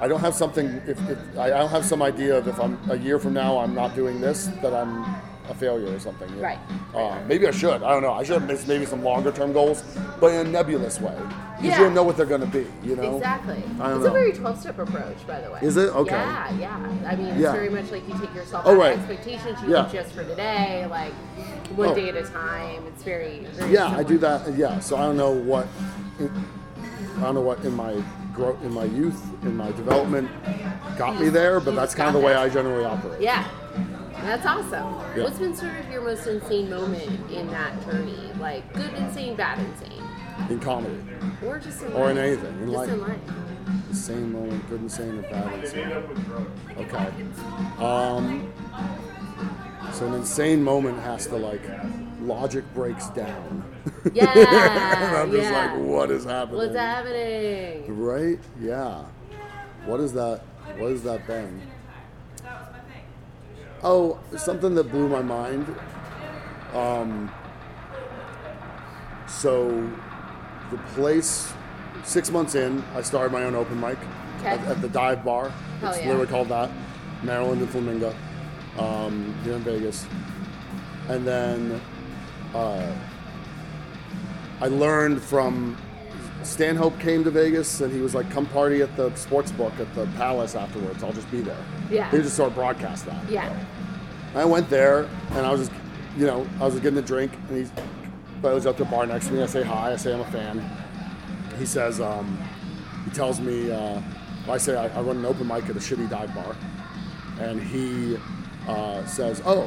Speaker 2: I don't have something. If, if I I don't have some idea of if I'm a year from now I'm not doing this, that I'm a failure or something. you know?
Speaker 1: Right.
Speaker 2: Uh, maybe I should. I don't know. I should have missed maybe some longer term goals, but in a nebulous way. Because
Speaker 1: Yeah.
Speaker 2: you don't know what they're going to be. You know.
Speaker 1: Exactly.
Speaker 2: Oh, I don't
Speaker 1: It's
Speaker 2: know.
Speaker 1: a very 12 step approach, by the way.
Speaker 2: Is it? Okay.
Speaker 1: Yeah, yeah. I mean, it's
Speaker 2: Yeah.
Speaker 1: very much like you take yourself
Speaker 2: Oh,
Speaker 1: out
Speaker 2: right.
Speaker 1: of expectations you
Speaker 2: Yeah.
Speaker 1: have just for today, like one
Speaker 2: Oh.
Speaker 1: day at a time. It's very, very
Speaker 2: Yeah, I do
Speaker 1: similar.
Speaker 2: that. Yeah. So I don't know what. I don't know what in my growth, in my youth, in my development, got me there. But
Speaker 1: You
Speaker 2: that's
Speaker 1: just
Speaker 2: kind
Speaker 1: got
Speaker 2: of the way
Speaker 1: there.
Speaker 2: I generally operate.
Speaker 1: Yeah. That's awesome.
Speaker 2: Yeah.
Speaker 1: What's been sort of your most insane moment in that journey? Like good insane, bad insane,
Speaker 2: In comedy,
Speaker 1: or just in
Speaker 2: Or in
Speaker 1: life?
Speaker 2: anything, in
Speaker 1: just
Speaker 2: life.
Speaker 1: in life.
Speaker 2: the same moment, good and sane or bad and sane. Okay. Um, so an insane moment has to like logic breaks down. [LAUGHS]
Speaker 1: Yeah,
Speaker 2: and I'm just
Speaker 1: yeah.
Speaker 2: like, what is happening?
Speaker 1: What's happening?
Speaker 2: Right? Yeah. What is that? What is that bang? Oh, something that blew my mind. Um, so, the place, six months in, I started my own open mic at,
Speaker 1: Okay.
Speaker 2: at the dive bar.
Speaker 1: Hell
Speaker 2: it's
Speaker 1: yeah.
Speaker 2: literally called that. Maryland and Flamingo um, here in Vegas. And then uh, I learned from Stanhope came to Vegas and he was like, "Come party at the sports book at the Palace afterwards. I'll just be there."
Speaker 1: Yeah.
Speaker 2: He just sort of broadcast that.
Speaker 1: Yeah.
Speaker 2: I went there and I was just, you know, I was just getting a drink and he's, but I was at the bar next to me. I say hi. I say I'm a fan. He says, um, he tells me, uh, I say I, I run an open mic at a shitty dive bar, and he uh, says, oh,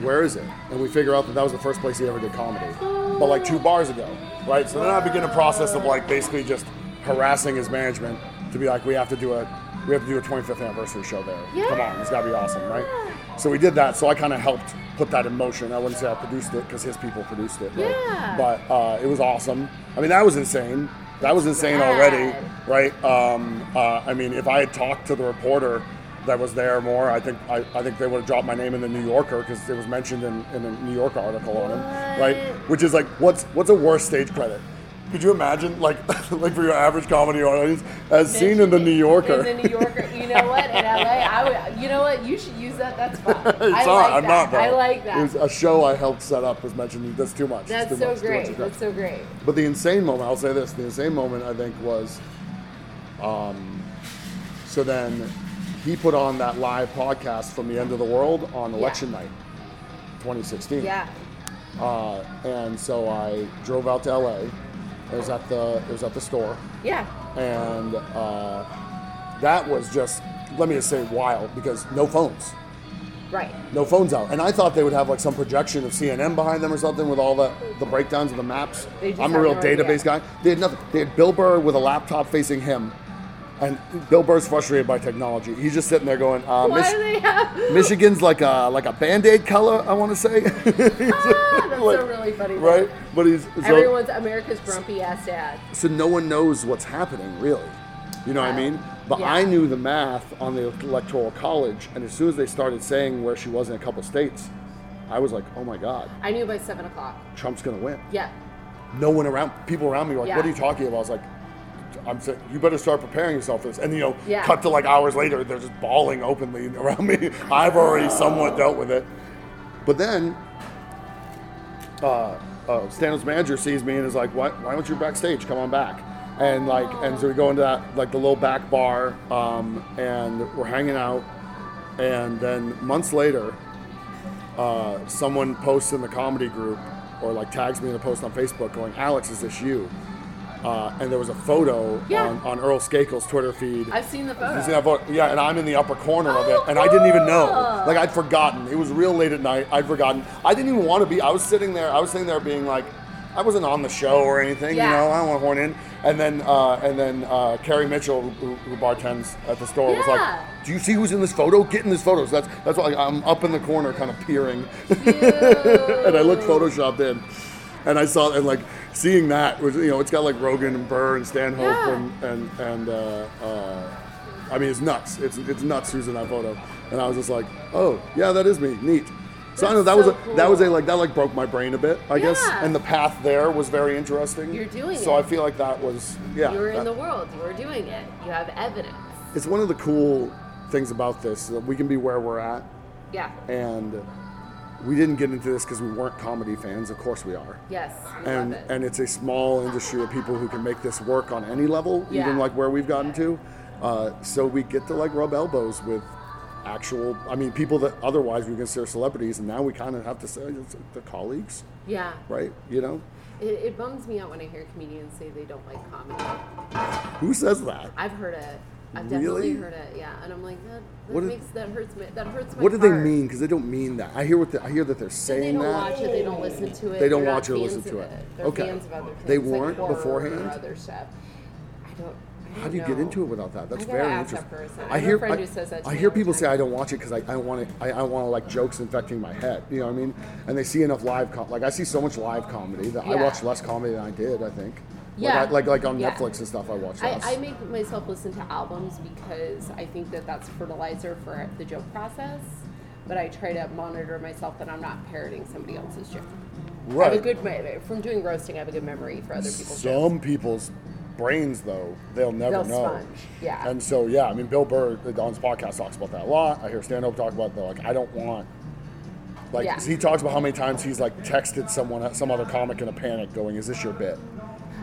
Speaker 2: where is it? And we figure out that that was the first place he ever did comedy, but like two bars ago, right? So then I begin a process of like basically just harassing his management to be like, we have to do a. We have to do a 25th anniversary show there. Come on, it's gotta be awesome, right? So we did that. So I kind of helped put that in motion. I wouldn't say I produced it because his people produced it. right?
Speaker 1: Yeah.
Speaker 2: But uh, it was awesome. I mean, that was insane. That was insane
Speaker 1: Rad.
Speaker 2: already, right? Um, uh, I mean, if I had talked to the reporter that was there more, I think I, I think they would have dropped my name in the New Yorker because it was mentioned in, in a New Yorker article on him, right?
Speaker 1: What?
Speaker 2: Which is like, what's what's a worse stage credit? Could you imagine, like, [LAUGHS] like for your average comedy audience, as seen in the New Yorker?
Speaker 1: In the
Speaker 2: [LAUGHS]
Speaker 1: New Yorker, you know what? In LA, I would. You know what? You should use that. That's fine.
Speaker 2: [LAUGHS] It's
Speaker 1: I
Speaker 2: all right,
Speaker 1: like
Speaker 2: I'm
Speaker 1: that.
Speaker 2: not though.
Speaker 1: I like
Speaker 2: It was
Speaker 1: that.
Speaker 2: a show I helped set up was mentioned. That's too much.
Speaker 1: That's
Speaker 2: it's too
Speaker 1: so
Speaker 2: much, too much
Speaker 1: great.
Speaker 2: of that.
Speaker 1: That's so great.
Speaker 2: But the insane moment, I'll say this: the insane moment I think was, um, so then he put on that live podcast from the end of the world on election night, 2016.
Speaker 1: Yeah.
Speaker 2: Uh, and so I drove out to LA. It was at the it was at the store,
Speaker 1: Yeah.
Speaker 2: and uh, that was just let me just say wild because no phones
Speaker 1: Right.
Speaker 2: no phones out. And I thought they would have like some projection of CNN behind them or something with all the, the breakdowns of the maps.
Speaker 1: They just
Speaker 2: I'm a
Speaker 1: have
Speaker 2: real
Speaker 1: no
Speaker 2: database
Speaker 1: idea.
Speaker 2: guy. They had nothing. They had Bill Burr with a laptop facing him And Bill Burr's frustrated by technology. He's just sitting there going, uh,
Speaker 1: Why
Speaker 2: Mich-
Speaker 1: do they have?
Speaker 2: [LAUGHS] Michigan's like a like a band-aid color, I want to say. [LAUGHS]
Speaker 1: Ah, that's
Speaker 2: Like,
Speaker 1: a really funny. thing.
Speaker 2: right? But he's so,
Speaker 1: Everyone's America's grumpy ass dad.
Speaker 2: so no one knows what's happening really. You know what I mean? But
Speaker 1: Yeah.
Speaker 2: I knew the math on the electoral college, and as soon as they started saying where she was in a couple states, I was like, oh my god,
Speaker 1: I knew by seven o'clock.
Speaker 2: Trump's gonna win.
Speaker 1: Yeah.
Speaker 2: no one around people around me were like what
Speaker 1: Yeah.
Speaker 2: are you talking about i was like i'm saying you better start preparing yourself for this and you know
Speaker 1: Yeah.
Speaker 2: cut to like hours later they're just bawling openly around me [LAUGHS] i've already somewhat dealt with it but then uh, uh, Stanley's manager sees me and is like, why, why don't you backstage? Come on back. And like, and so we go into that, like the little back bar um, and we're hanging out. And then months later, uh, someone posts in the comedy group or like tags me in a post on Facebook going, Alex, is this you? Uh, and there was a photo
Speaker 1: Yeah.
Speaker 2: on, on Earl Skakel's Twitter feed.
Speaker 1: I've seen the photo.
Speaker 2: You see that photo? Yeah, and I'm in the upper corner of it,
Speaker 1: Oh,
Speaker 2: and I didn't even know.
Speaker 1: cool.
Speaker 2: Like I'd forgotten. It was real late at night. I'd forgotten. I didn't even want to be. I was sitting there. I was sitting there being like, I wasn't on the show or anything.
Speaker 1: Yeah.
Speaker 2: You know, I don't want to horn in. And then, uh, and then uh, Carrie Mitchell, who, who bartends at the store, was
Speaker 1: Yeah.
Speaker 2: like, "Do you see who's in this photo? Get in this photo." So that's that's why I'm up in the corner, kind of peering. [LAUGHS] and I looked
Speaker 1: Cute.
Speaker 2: photoshopped in, and I saw and like seeing that was you know it's got like Rogan and Burr and Stanhope
Speaker 1: Yeah.
Speaker 2: and and and uh, uh, I mean it's nuts. It's it's nuts who's in that photo, and I was just like, oh yeah, that is me. Neat. So I know
Speaker 1: That's
Speaker 2: that was
Speaker 1: so
Speaker 2: a, that was a
Speaker 1: cool.
Speaker 2: like that like broke my brain a bit, I guess.
Speaker 1: Yeah.
Speaker 2: And the path there was very interesting.
Speaker 1: You're doing
Speaker 2: So
Speaker 1: it.
Speaker 2: I feel like that was yeah.
Speaker 1: you were
Speaker 2: that-
Speaker 1: in the world. You were doing it. You have evidence.
Speaker 2: it's one of the cool things about this that we can be where we're at,
Speaker 1: Yeah.
Speaker 2: and we didn't get into this because we weren't comedy fans. Of course we are.
Speaker 1: Yes. we
Speaker 2: and
Speaker 1: love it.
Speaker 2: and it's a small industry of people who can make this work on any level,
Speaker 1: Yeah.
Speaker 2: even like where we've gotten to. Uh, so we get to like rub elbows with actual, I mean, people that otherwise we consider celebrities, and now we kind of have to say it's the colleagues,
Speaker 1: yeah.
Speaker 2: right? You know,
Speaker 1: It, it bums me out when I hear comedians say they don't like comedy.
Speaker 2: who says that?
Speaker 1: I've heard it. I've definitely
Speaker 2: Really?
Speaker 1: heard it. Yeah. And I'm like, that, that
Speaker 2: What did-
Speaker 1: makes that hurts me. That hurts my
Speaker 2: What do they
Speaker 1: heart.
Speaker 2: mean? Because they don't mean that. I hear what the, I hear that they're saying
Speaker 1: They don't
Speaker 2: that.
Speaker 1: watch it. They don't listen to it.
Speaker 2: They don't
Speaker 1: they're
Speaker 2: watch
Speaker 1: not
Speaker 2: or
Speaker 1: fans
Speaker 2: listen to
Speaker 1: of
Speaker 2: it.
Speaker 1: They're
Speaker 2: Okay.
Speaker 1: fans of other things.
Speaker 2: They
Speaker 1: like
Speaker 2: weren't
Speaker 1: horror
Speaker 2: beforehand?
Speaker 1: Or other stuff. I don't. I
Speaker 2: How do you
Speaker 1: don't
Speaker 2: get
Speaker 1: know.
Speaker 2: into it without that? That's
Speaker 1: I gotta
Speaker 2: very
Speaker 1: ask
Speaker 2: interesting.
Speaker 1: That person.
Speaker 2: I
Speaker 1: have
Speaker 2: hear
Speaker 1: a friend
Speaker 2: I,
Speaker 1: who says that to
Speaker 2: I
Speaker 1: me
Speaker 2: hear
Speaker 1: all the
Speaker 2: people
Speaker 1: time.
Speaker 2: say I don't watch it because I, I want to I, I want to like jokes infecting my head. You know what I mean? And they see enough live com- like I see so much live comedy that I
Speaker 1: Yeah.
Speaker 2: watch less comedy than I did. I think.
Speaker 1: Yeah.
Speaker 2: Like I, like, like on
Speaker 1: Yeah.
Speaker 2: Netflix and stuff, I watch less.
Speaker 1: I, I make myself listen to albums because I think that that's fertilizer for the joke process. But I try to monitor myself that I'm not parroting somebody else's joke. I have
Speaker 2: right.
Speaker 1: a good me- from doing roasting. I have a good memory for other people's jokes.
Speaker 2: Some people's brains though they'll
Speaker 1: They'll
Speaker 2: never know.
Speaker 1: sponge, yeah.
Speaker 2: And so yeah, I mean Bill Burr on his podcast talks about that a lot. I hear stand up talk about it, though. Like I don't want. Like
Speaker 1: Yeah.
Speaker 2: 'cause he talks about how many times he's like texted someone, uh, some other comic in a panic, going, "Is this your bit?"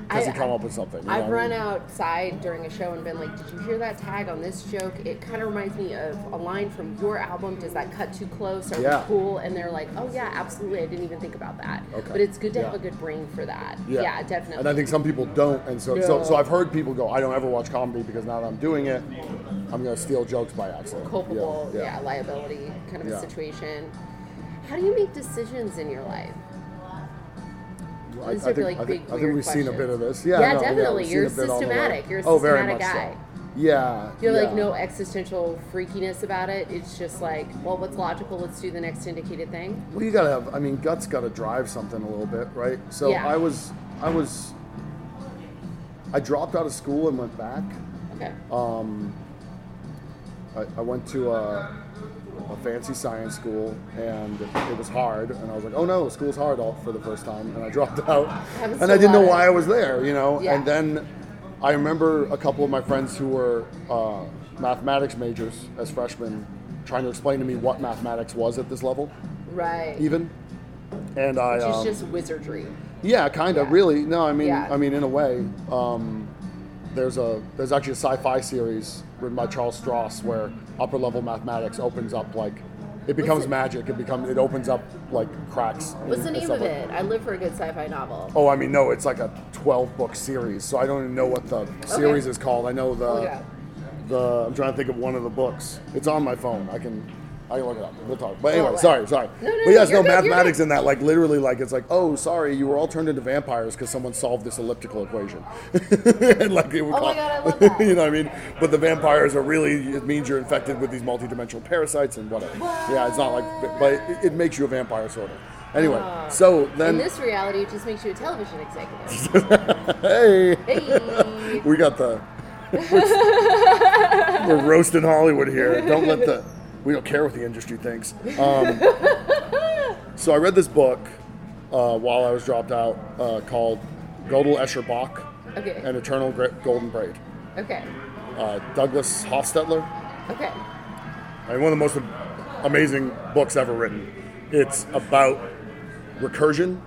Speaker 2: Because he
Speaker 1: I-
Speaker 2: come up with something. you know
Speaker 1: I've
Speaker 2: what I
Speaker 1: run
Speaker 2: mean?
Speaker 1: outside during a show and been like, "Did you hear that tag on this joke? It kind of reminds me of a line from your album. Does that cut too close? Are
Speaker 2: Yeah.
Speaker 1: we cool?" And they're like, "Oh yeah, absolutely. I didn't even think about that."
Speaker 2: Okay.
Speaker 1: But it's good to have
Speaker 2: Yeah.
Speaker 1: a good brain for that.
Speaker 2: Yeah.
Speaker 1: definitely.
Speaker 2: And I think some people don't, and so so,
Speaker 1: No.
Speaker 2: so I've heard people go, I don't ever watch comedy because now that I'm doing it, I'm gonna steal jokes by accident.
Speaker 1: culpable, yeah, liability kind of
Speaker 2: Yeah.
Speaker 1: a situation. How do you make decisions in your life?
Speaker 2: Well,
Speaker 1: These are really
Speaker 2: I
Speaker 1: big,
Speaker 2: think, I think
Speaker 1: weird
Speaker 2: we've seen a bit of this.
Speaker 1: questions.
Speaker 2: Yeah,
Speaker 1: Yeah,
Speaker 2: no,
Speaker 1: definitely.
Speaker 2: we've seen
Speaker 1: You're
Speaker 2: a bit on the way.
Speaker 1: systematic. You're a
Speaker 2: oh, very much
Speaker 1: systematic
Speaker 2: So. Yeah.
Speaker 1: You're like
Speaker 2: yeah.
Speaker 1: no existential freakiness about it. It's just like, well, what's logical? Let's do the next indicated thing.
Speaker 2: Well, you gotta have. I mean, guts gotta drive something a little bit, right? So
Speaker 1: Yeah.
Speaker 2: I was, I was, I dropped out of school and went back.
Speaker 1: Okay.
Speaker 2: um, I, I went to a, a fancy science school and it was hard and i was like oh no school's hard all for the first time and i dropped [LAUGHS] out
Speaker 1: happens
Speaker 2: and
Speaker 1: to
Speaker 2: i didn't
Speaker 1: a
Speaker 2: know
Speaker 1: lot of-
Speaker 2: why i was there you know
Speaker 1: Yeah.
Speaker 2: and then i remember a couple of my friends who were uh, mathematics majors as freshmen trying to explain to me what mathematics was at this level
Speaker 1: Right.
Speaker 2: even and i
Speaker 1: Which is
Speaker 2: um,
Speaker 1: just wizardry.
Speaker 2: yeah, kind of.
Speaker 1: Yeah.
Speaker 2: Really, no. I mean,
Speaker 1: Yeah.
Speaker 2: I mean, in a way, um, there's a there's actually a sci-fi series written by Charles Strauss where upper level mathematics opens up like it becomes
Speaker 1: it-
Speaker 2: magic. It becomes it opens up like cracks. in-
Speaker 1: What's the
Speaker 2: in
Speaker 1: name
Speaker 2: stuff
Speaker 1: of
Speaker 2: like-
Speaker 1: it? I live for a good sci-fi novel.
Speaker 2: Oh, I mean, no. It's like a twelve book series, so I don't even know what the series is called. I know
Speaker 1: Look it
Speaker 2: the
Speaker 1: up.
Speaker 2: the I'm trying to think of one of the books. It's on my phone. I can. I can look it up. We'll talk. But
Speaker 1: Well,
Speaker 2: anyway,
Speaker 1: what?
Speaker 2: sorry, sorry.
Speaker 1: Oh, No, no, no,
Speaker 2: but yes, no
Speaker 1: you're good, you're
Speaker 2: mathematics
Speaker 1: good.
Speaker 2: in that. Like literally, like it's like, oh, sorry, you were all turned into vampires because someone solved this elliptical equation. [LAUGHS] and like it would
Speaker 1: Oh my
Speaker 2: call-
Speaker 1: God, I
Speaker 2: [LAUGHS]
Speaker 1: love that.
Speaker 2: you know what I mean? But the vampires are really it means you're infected with these multidimensional parasites and whatever. Yeah, it's not like, but it, it makes you a vampire sort of. Anyway,
Speaker 1: Ah.
Speaker 2: so then
Speaker 1: In this reality, it just makes you a television executive.
Speaker 2: [LAUGHS] hey,
Speaker 1: Hey.
Speaker 2: we got the we're, we're roasting Hollywood here. Don't let the we don't care what the industry thinks. Um, so I read this book uh, while I was dropped out uh, called Gödel Escher Bach
Speaker 1: Okay.
Speaker 2: and Eternal Gra- Golden Braid.
Speaker 1: Okay.
Speaker 2: Uh, Douglas Hofstetler.
Speaker 1: Okay.
Speaker 2: I mean, one of the most amazing books ever written. It's about recursion,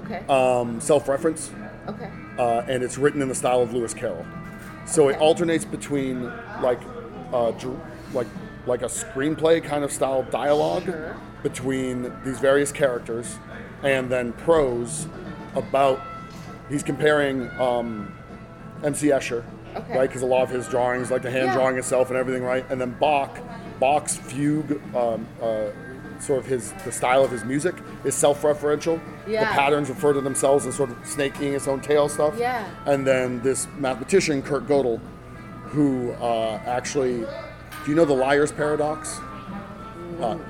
Speaker 1: Okay.
Speaker 2: um, self-reference,
Speaker 1: Okay.
Speaker 2: uh, and it's written in the style of Lewis Carroll. So it
Speaker 1: Okay.
Speaker 2: alternates between like uh, dr- like like a screenplay kind of style dialogue
Speaker 1: Sure.
Speaker 2: between these various characters, and then prose about he's comparing um, M.C. Escher,
Speaker 1: Okay.
Speaker 2: right? Because a lot of his drawings, like the hand
Speaker 1: Yeah.
Speaker 2: drawing itself and everything, right? And then Bach, Bach's fugue. Um, uh, Sort of his the style of his music is self-referential. The
Speaker 1: Yeah.
Speaker 2: patterns refer to themselves and sort of snake eating its own tail stuff stuff.
Speaker 1: Yeah.
Speaker 2: And then this mathematician, Kurt Gödel, who uh, actually, do you know the liar's paradox?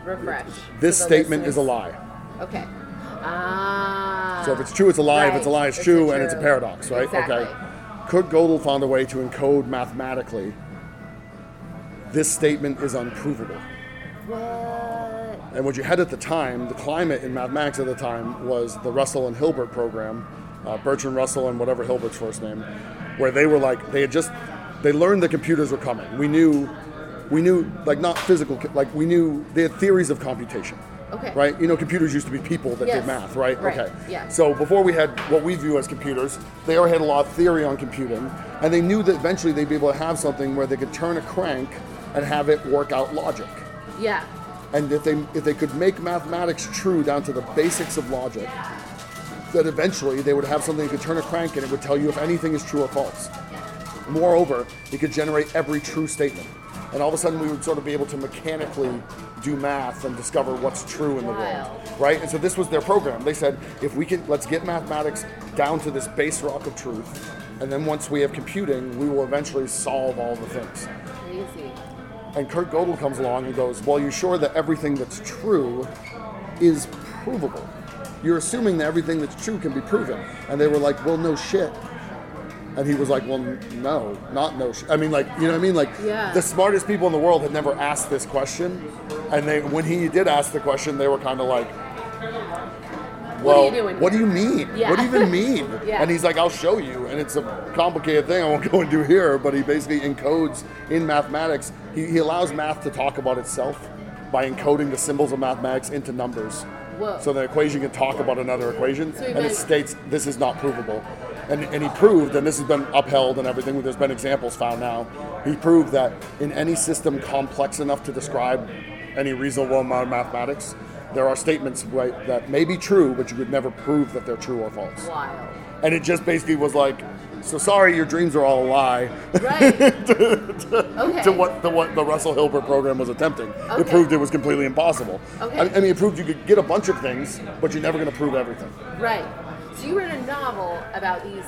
Speaker 1: Refresh.
Speaker 2: This
Speaker 1: for the
Speaker 2: statement is a
Speaker 1: listeners.
Speaker 2: lie.
Speaker 1: Okay. Ah.
Speaker 2: So if it's true, it's a lie. If it's a lie, it's,
Speaker 1: right.
Speaker 2: true,
Speaker 1: a
Speaker 2: and it's a paradox, right?
Speaker 1: Exactly.
Speaker 2: Okay. Kurt Gödel found a way to encode mathematically. This statement is unprovable.
Speaker 1: What?
Speaker 2: And what you had at the time, the climate in mathematics at the time was the Russell and Hilbert program, uh, Bertrand Russell and whatever Hilbert's first name, where they were like they had just they learned the computers were coming. We knew, we knew like not physical, co- like we knew they had theories of computation.
Speaker 1: Okay.
Speaker 2: Right. You know, computers used to be people that did
Speaker 1: Yes.
Speaker 2: math, right?
Speaker 1: Right.
Speaker 2: Okay.
Speaker 1: Yeah.
Speaker 2: So before we had what we view as computers, they already had a lot of theory on computing, and they knew that eventually they'd be able to have something where they could turn a crank and have it work out logic
Speaker 1: Yeah.
Speaker 2: and if they if they could make mathematics true down to the basics of logic, that eventually they would have something that could turn a crank and it would tell you if anything is true or false. Moreover, it could generate every true statement, and all of a sudden we would sort of be able to mechanically do math and discover what's true in the world,
Speaker 1: Wild.
Speaker 2: right? And so this was their program. They said, if we can, let's get mathematics down to this base rock of truth, and then once we have computing, we will eventually solve all the things.
Speaker 1: Crazy.
Speaker 2: And Kurt Gödel comes along and goes, "Well, you're sure that everything that's true is provable? You're assuming that everything that's true can be proven." And they were like, "Well, no shit." And he was like, "Well, n- no, not no shit. I mean, like, you know what I mean? Like,
Speaker 1: Yeah.
Speaker 2: the smartest people in the world had never asked this question, and they, when he did ask the question, they were kind of like."
Speaker 1: What are
Speaker 2: Well,
Speaker 1: you doing
Speaker 2: what do
Speaker 1: here?"
Speaker 2: you mean?
Speaker 1: Yeah.
Speaker 2: What do you even mean?
Speaker 1: [LAUGHS] Yeah.
Speaker 2: And he's like, I'll show you. And it's a complicated thing I won't [LAUGHS] go into here, but he basically encodes in mathematics, he, he allows math to talk about itself by encoding the symbols of mathematics into numbers.
Speaker 1: Whoa.
Speaker 2: So the equation can talk about another equation,
Speaker 1: So he
Speaker 2: and it
Speaker 1: meant-
Speaker 2: states this is not provable. And, and he proved, and this has been upheld and everything, there's been examples found now. He proved that in any system complex enough to describe any reasonable amount of mathematics, there are statements right, that may be true, but you could never prove that they're true or false.
Speaker 1: Wild.
Speaker 2: And it just basically was like, so sorry, your dreams are all a lie. [LAUGHS]
Speaker 1: Right. okay.
Speaker 2: to what the what the Russell Hilbert program was attempting. It
Speaker 1: Okay.
Speaker 2: proved it was completely impossible.
Speaker 1: Okay.
Speaker 2: I, I mean, it proved you could get a bunch of things, but you're never going to prove everything.
Speaker 1: Right. So you read a novel about these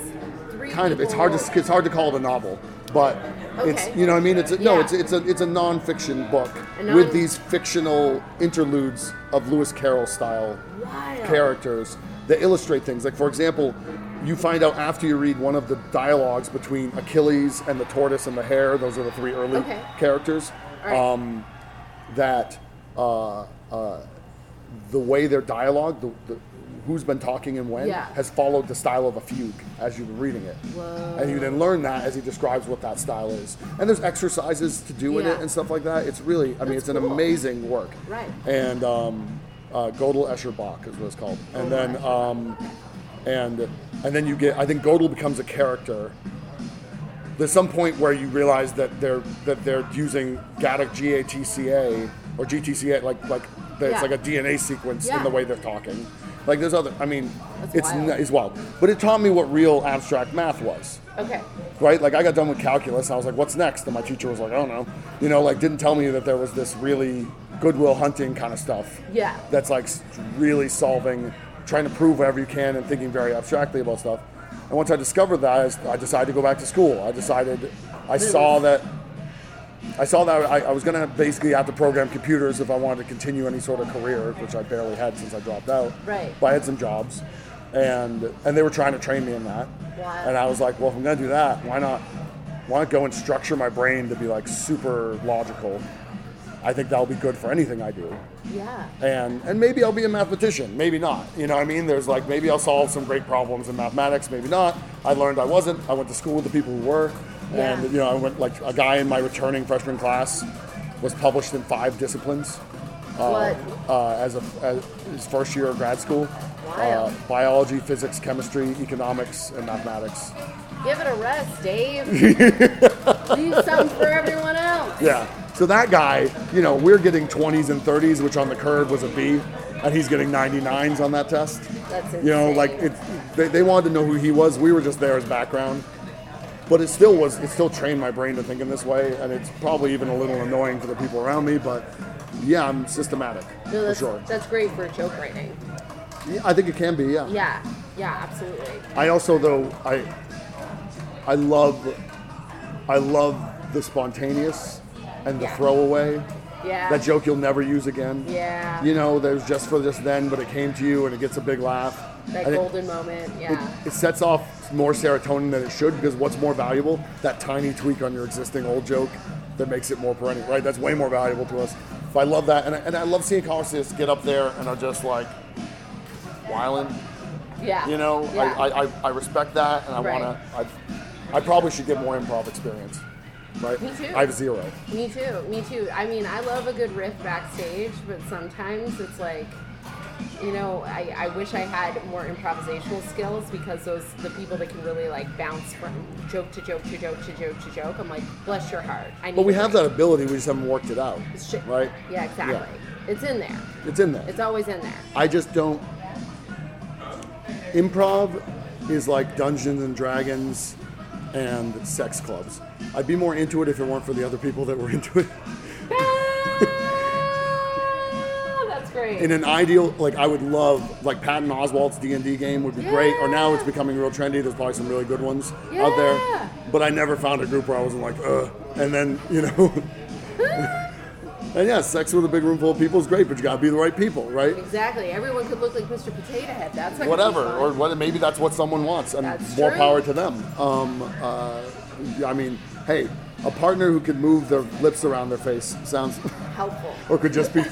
Speaker 1: three.
Speaker 2: Kind of. It's hard
Speaker 1: people-
Speaker 2: to it's hard to call it a novel, but it's
Speaker 1: Okay.
Speaker 2: you know what I mean. It's a, no,
Speaker 1: Yeah.
Speaker 2: it's it's a it's a nonfiction book
Speaker 1: A non-
Speaker 2: with these fictional interludes of Lewis Carroll style
Speaker 1: Wild.
Speaker 2: characters that illustrate things. Like, for example, you find out after you read one of the dialogues between Achilles and the tortoise and the hare, those are the three early
Speaker 1: Okay.
Speaker 2: characters,
Speaker 1: All right.
Speaker 2: um, that uh, uh, the way their dialogue, the, the, who's been talking and when,
Speaker 1: Yeah.
Speaker 2: has followed the style of a fugue as you've been reading it. And you then learn that as he describes what that style is. And there's exercises to do in it
Speaker 1: Yeah.
Speaker 2: and stuff like that. It's really, I mean,
Speaker 1: That's
Speaker 2: it's an
Speaker 1: cool.
Speaker 2: amazing work
Speaker 1: Right.
Speaker 2: and um, uh, Gödel Escherbach is what it's called,
Speaker 1: Oh
Speaker 2: and then um, and and then you get I think Gödel becomes a character. There's some point where you realize that they're that they're using Gattaca G A T C A or G T C A like like that it's
Speaker 1: Yeah.
Speaker 2: like a DNA sequence in
Speaker 1: Yeah.
Speaker 2: the way they're talking. Like there's other I mean
Speaker 1: That's
Speaker 2: it's
Speaker 1: wild.
Speaker 2: n- it's wild, but it taught me what real abstract math was
Speaker 1: Okay.
Speaker 2: right? Like I got done with calculus, and I was like, "What's next?" And my teacher was like, "I don't know," you know, like didn't tell me that there was this really Goodwill Hunting kind of stuff.
Speaker 1: Yeah.
Speaker 2: That's like s- really solving, trying to prove whatever you can and thinking very abstractly about stuff. And once I discovered that, I s- I decided to go back to school. I decided, I saw that, I saw that I, I was going to basically have to program computers if I wanted to continue any sort of career, which I barely had since I dropped out.
Speaker 1: Right.
Speaker 2: But I had some jobs, and and they were trying to train me in that.
Speaker 1: Wow.
Speaker 2: And I was like, well, if I'm going to do that, why not? Why not go and structure my brain to be like super logical? I think that'll be good for anything I do
Speaker 1: Yeah.
Speaker 2: and and maybe I'll be a mathematician, maybe not. You know, what I mean, there's like maybe I'll solve some great problems in mathematics, maybe not. I learned I wasn't. I went to school with the people who were, and
Speaker 1: Yeah.
Speaker 2: you know, I went like a guy in my returning freshman class was published in five disciplines
Speaker 1: What?
Speaker 2: uh, as a as his first year of grad school. Uh,
Speaker 1: Wild.
Speaker 2: biology, physics, chemistry, economics, and mathematics.
Speaker 1: Give it a rest, Dave.
Speaker 2: [LAUGHS]
Speaker 1: Leave some for everyone else.
Speaker 2: Yeah. So that guy, you know, we're getting 20s and 30s, which on the curve was a B, and he's getting 99s on that test.
Speaker 1: That's
Speaker 2: You know,
Speaker 1: insane.
Speaker 2: like it, they, they wanted to know who he was. We were just there as background. But it still was, it still trained my brain to think in this way, and it's probably even a little annoying for the people around me, but yeah, I'm systematic
Speaker 1: No,
Speaker 2: for
Speaker 1: that's,
Speaker 2: sure.
Speaker 1: that's great for joke writing.
Speaker 2: Yeah, I think it can be, yeah.
Speaker 1: Yeah. Yeah, absolutely.
Speaker 2: I also though I I love I love the spontaneous and the
Speaker 1: Yeah.
Speaker 2: throwaway.
Speaker 1: Yeah.
Speaker 2: That joke you'll never use again.
Speaker 1: Yeah.
Speaker 2: You know, that was just for just then, but it came to you and it gets a big laugh.
Speaker 1: That
Speaker 2: And it-
Speaker 1: golden moment. Yeah.
Speaker 2: it sets off more serotonin than it should because what's more valuable? That tiny tweak on your existing old joke that makes it more perennial, right? That's way more valuable to us. But I love that. And I, and I love seeing conversations get up there and are just like, whiling.
Speaker 1: yeah.
Speaker 2: You know,
Speaker 1: Yeah.
Speaker 2: I, I, I, I respect that, and I
Speaker 1: Right.
Speaker 2: want to. I, I probably should get more improv experience, right?
Speaker 1: Me too.
Speaker 2: I have zero.
Speaker 1: Me too. Me too. I mean, I love a good riff backstage, but sometimes it's like, you know, I, I wish I had more improvisational skills because those the people that can really like bounce from joke to joke to joke to joke to joke. I'm like, bless your heart. I need
Speaker 2: But we
Speaker 1: a
Speaker 2: have that
Speaker 1: break.
Speaker 2: ability. We just haven't worked it out,
Speaker 1: [LAUGHS] It's shit.
Speaker 2: right?
Speaker 1: Yeah, exactly. It's in there.
Speaker 2: It's in there.
Speaker 1: It's always in there.
Speaker 2: [LAUGHS] I just don't. Improv is like Dungeons and Dragons and sex clubs. I'd be more into it if it weren't for the other people that were [LAUGHS] into it.
Speaker 1: Ah, That's great.
Speaker 2: In an ideal, like I would love, like Patton Oswalt's D and D game would be great. Or now it's becoming real trendy. There's probably some really good ones out
Speaker 1: Yeah.
Speaker 2: there. But I never found a group where I wasn't like, ugh. And then you know, and yeah, sex with a big room full of people is great, but you gotta be the right people, right?
Speaker 1: exactly. Everyone could look like Mr. Potato Head. That's not gonna be
Speaker 2: whatever,
Speaker 1: fun.
Speaker 2: or what, maybe that's what someone wants, and
Speaker 1: That's
Speaker 2: more
Speaker 1: true.
Speaker 2: power to them. Um, uh, I mean, hey, a partner who could move their lips around their face sounds, [LAUGHS]
Speaker 1: helpful.
Speaker 2: or could just
Speaker 1: [LAUGHS]
Speaker 2: be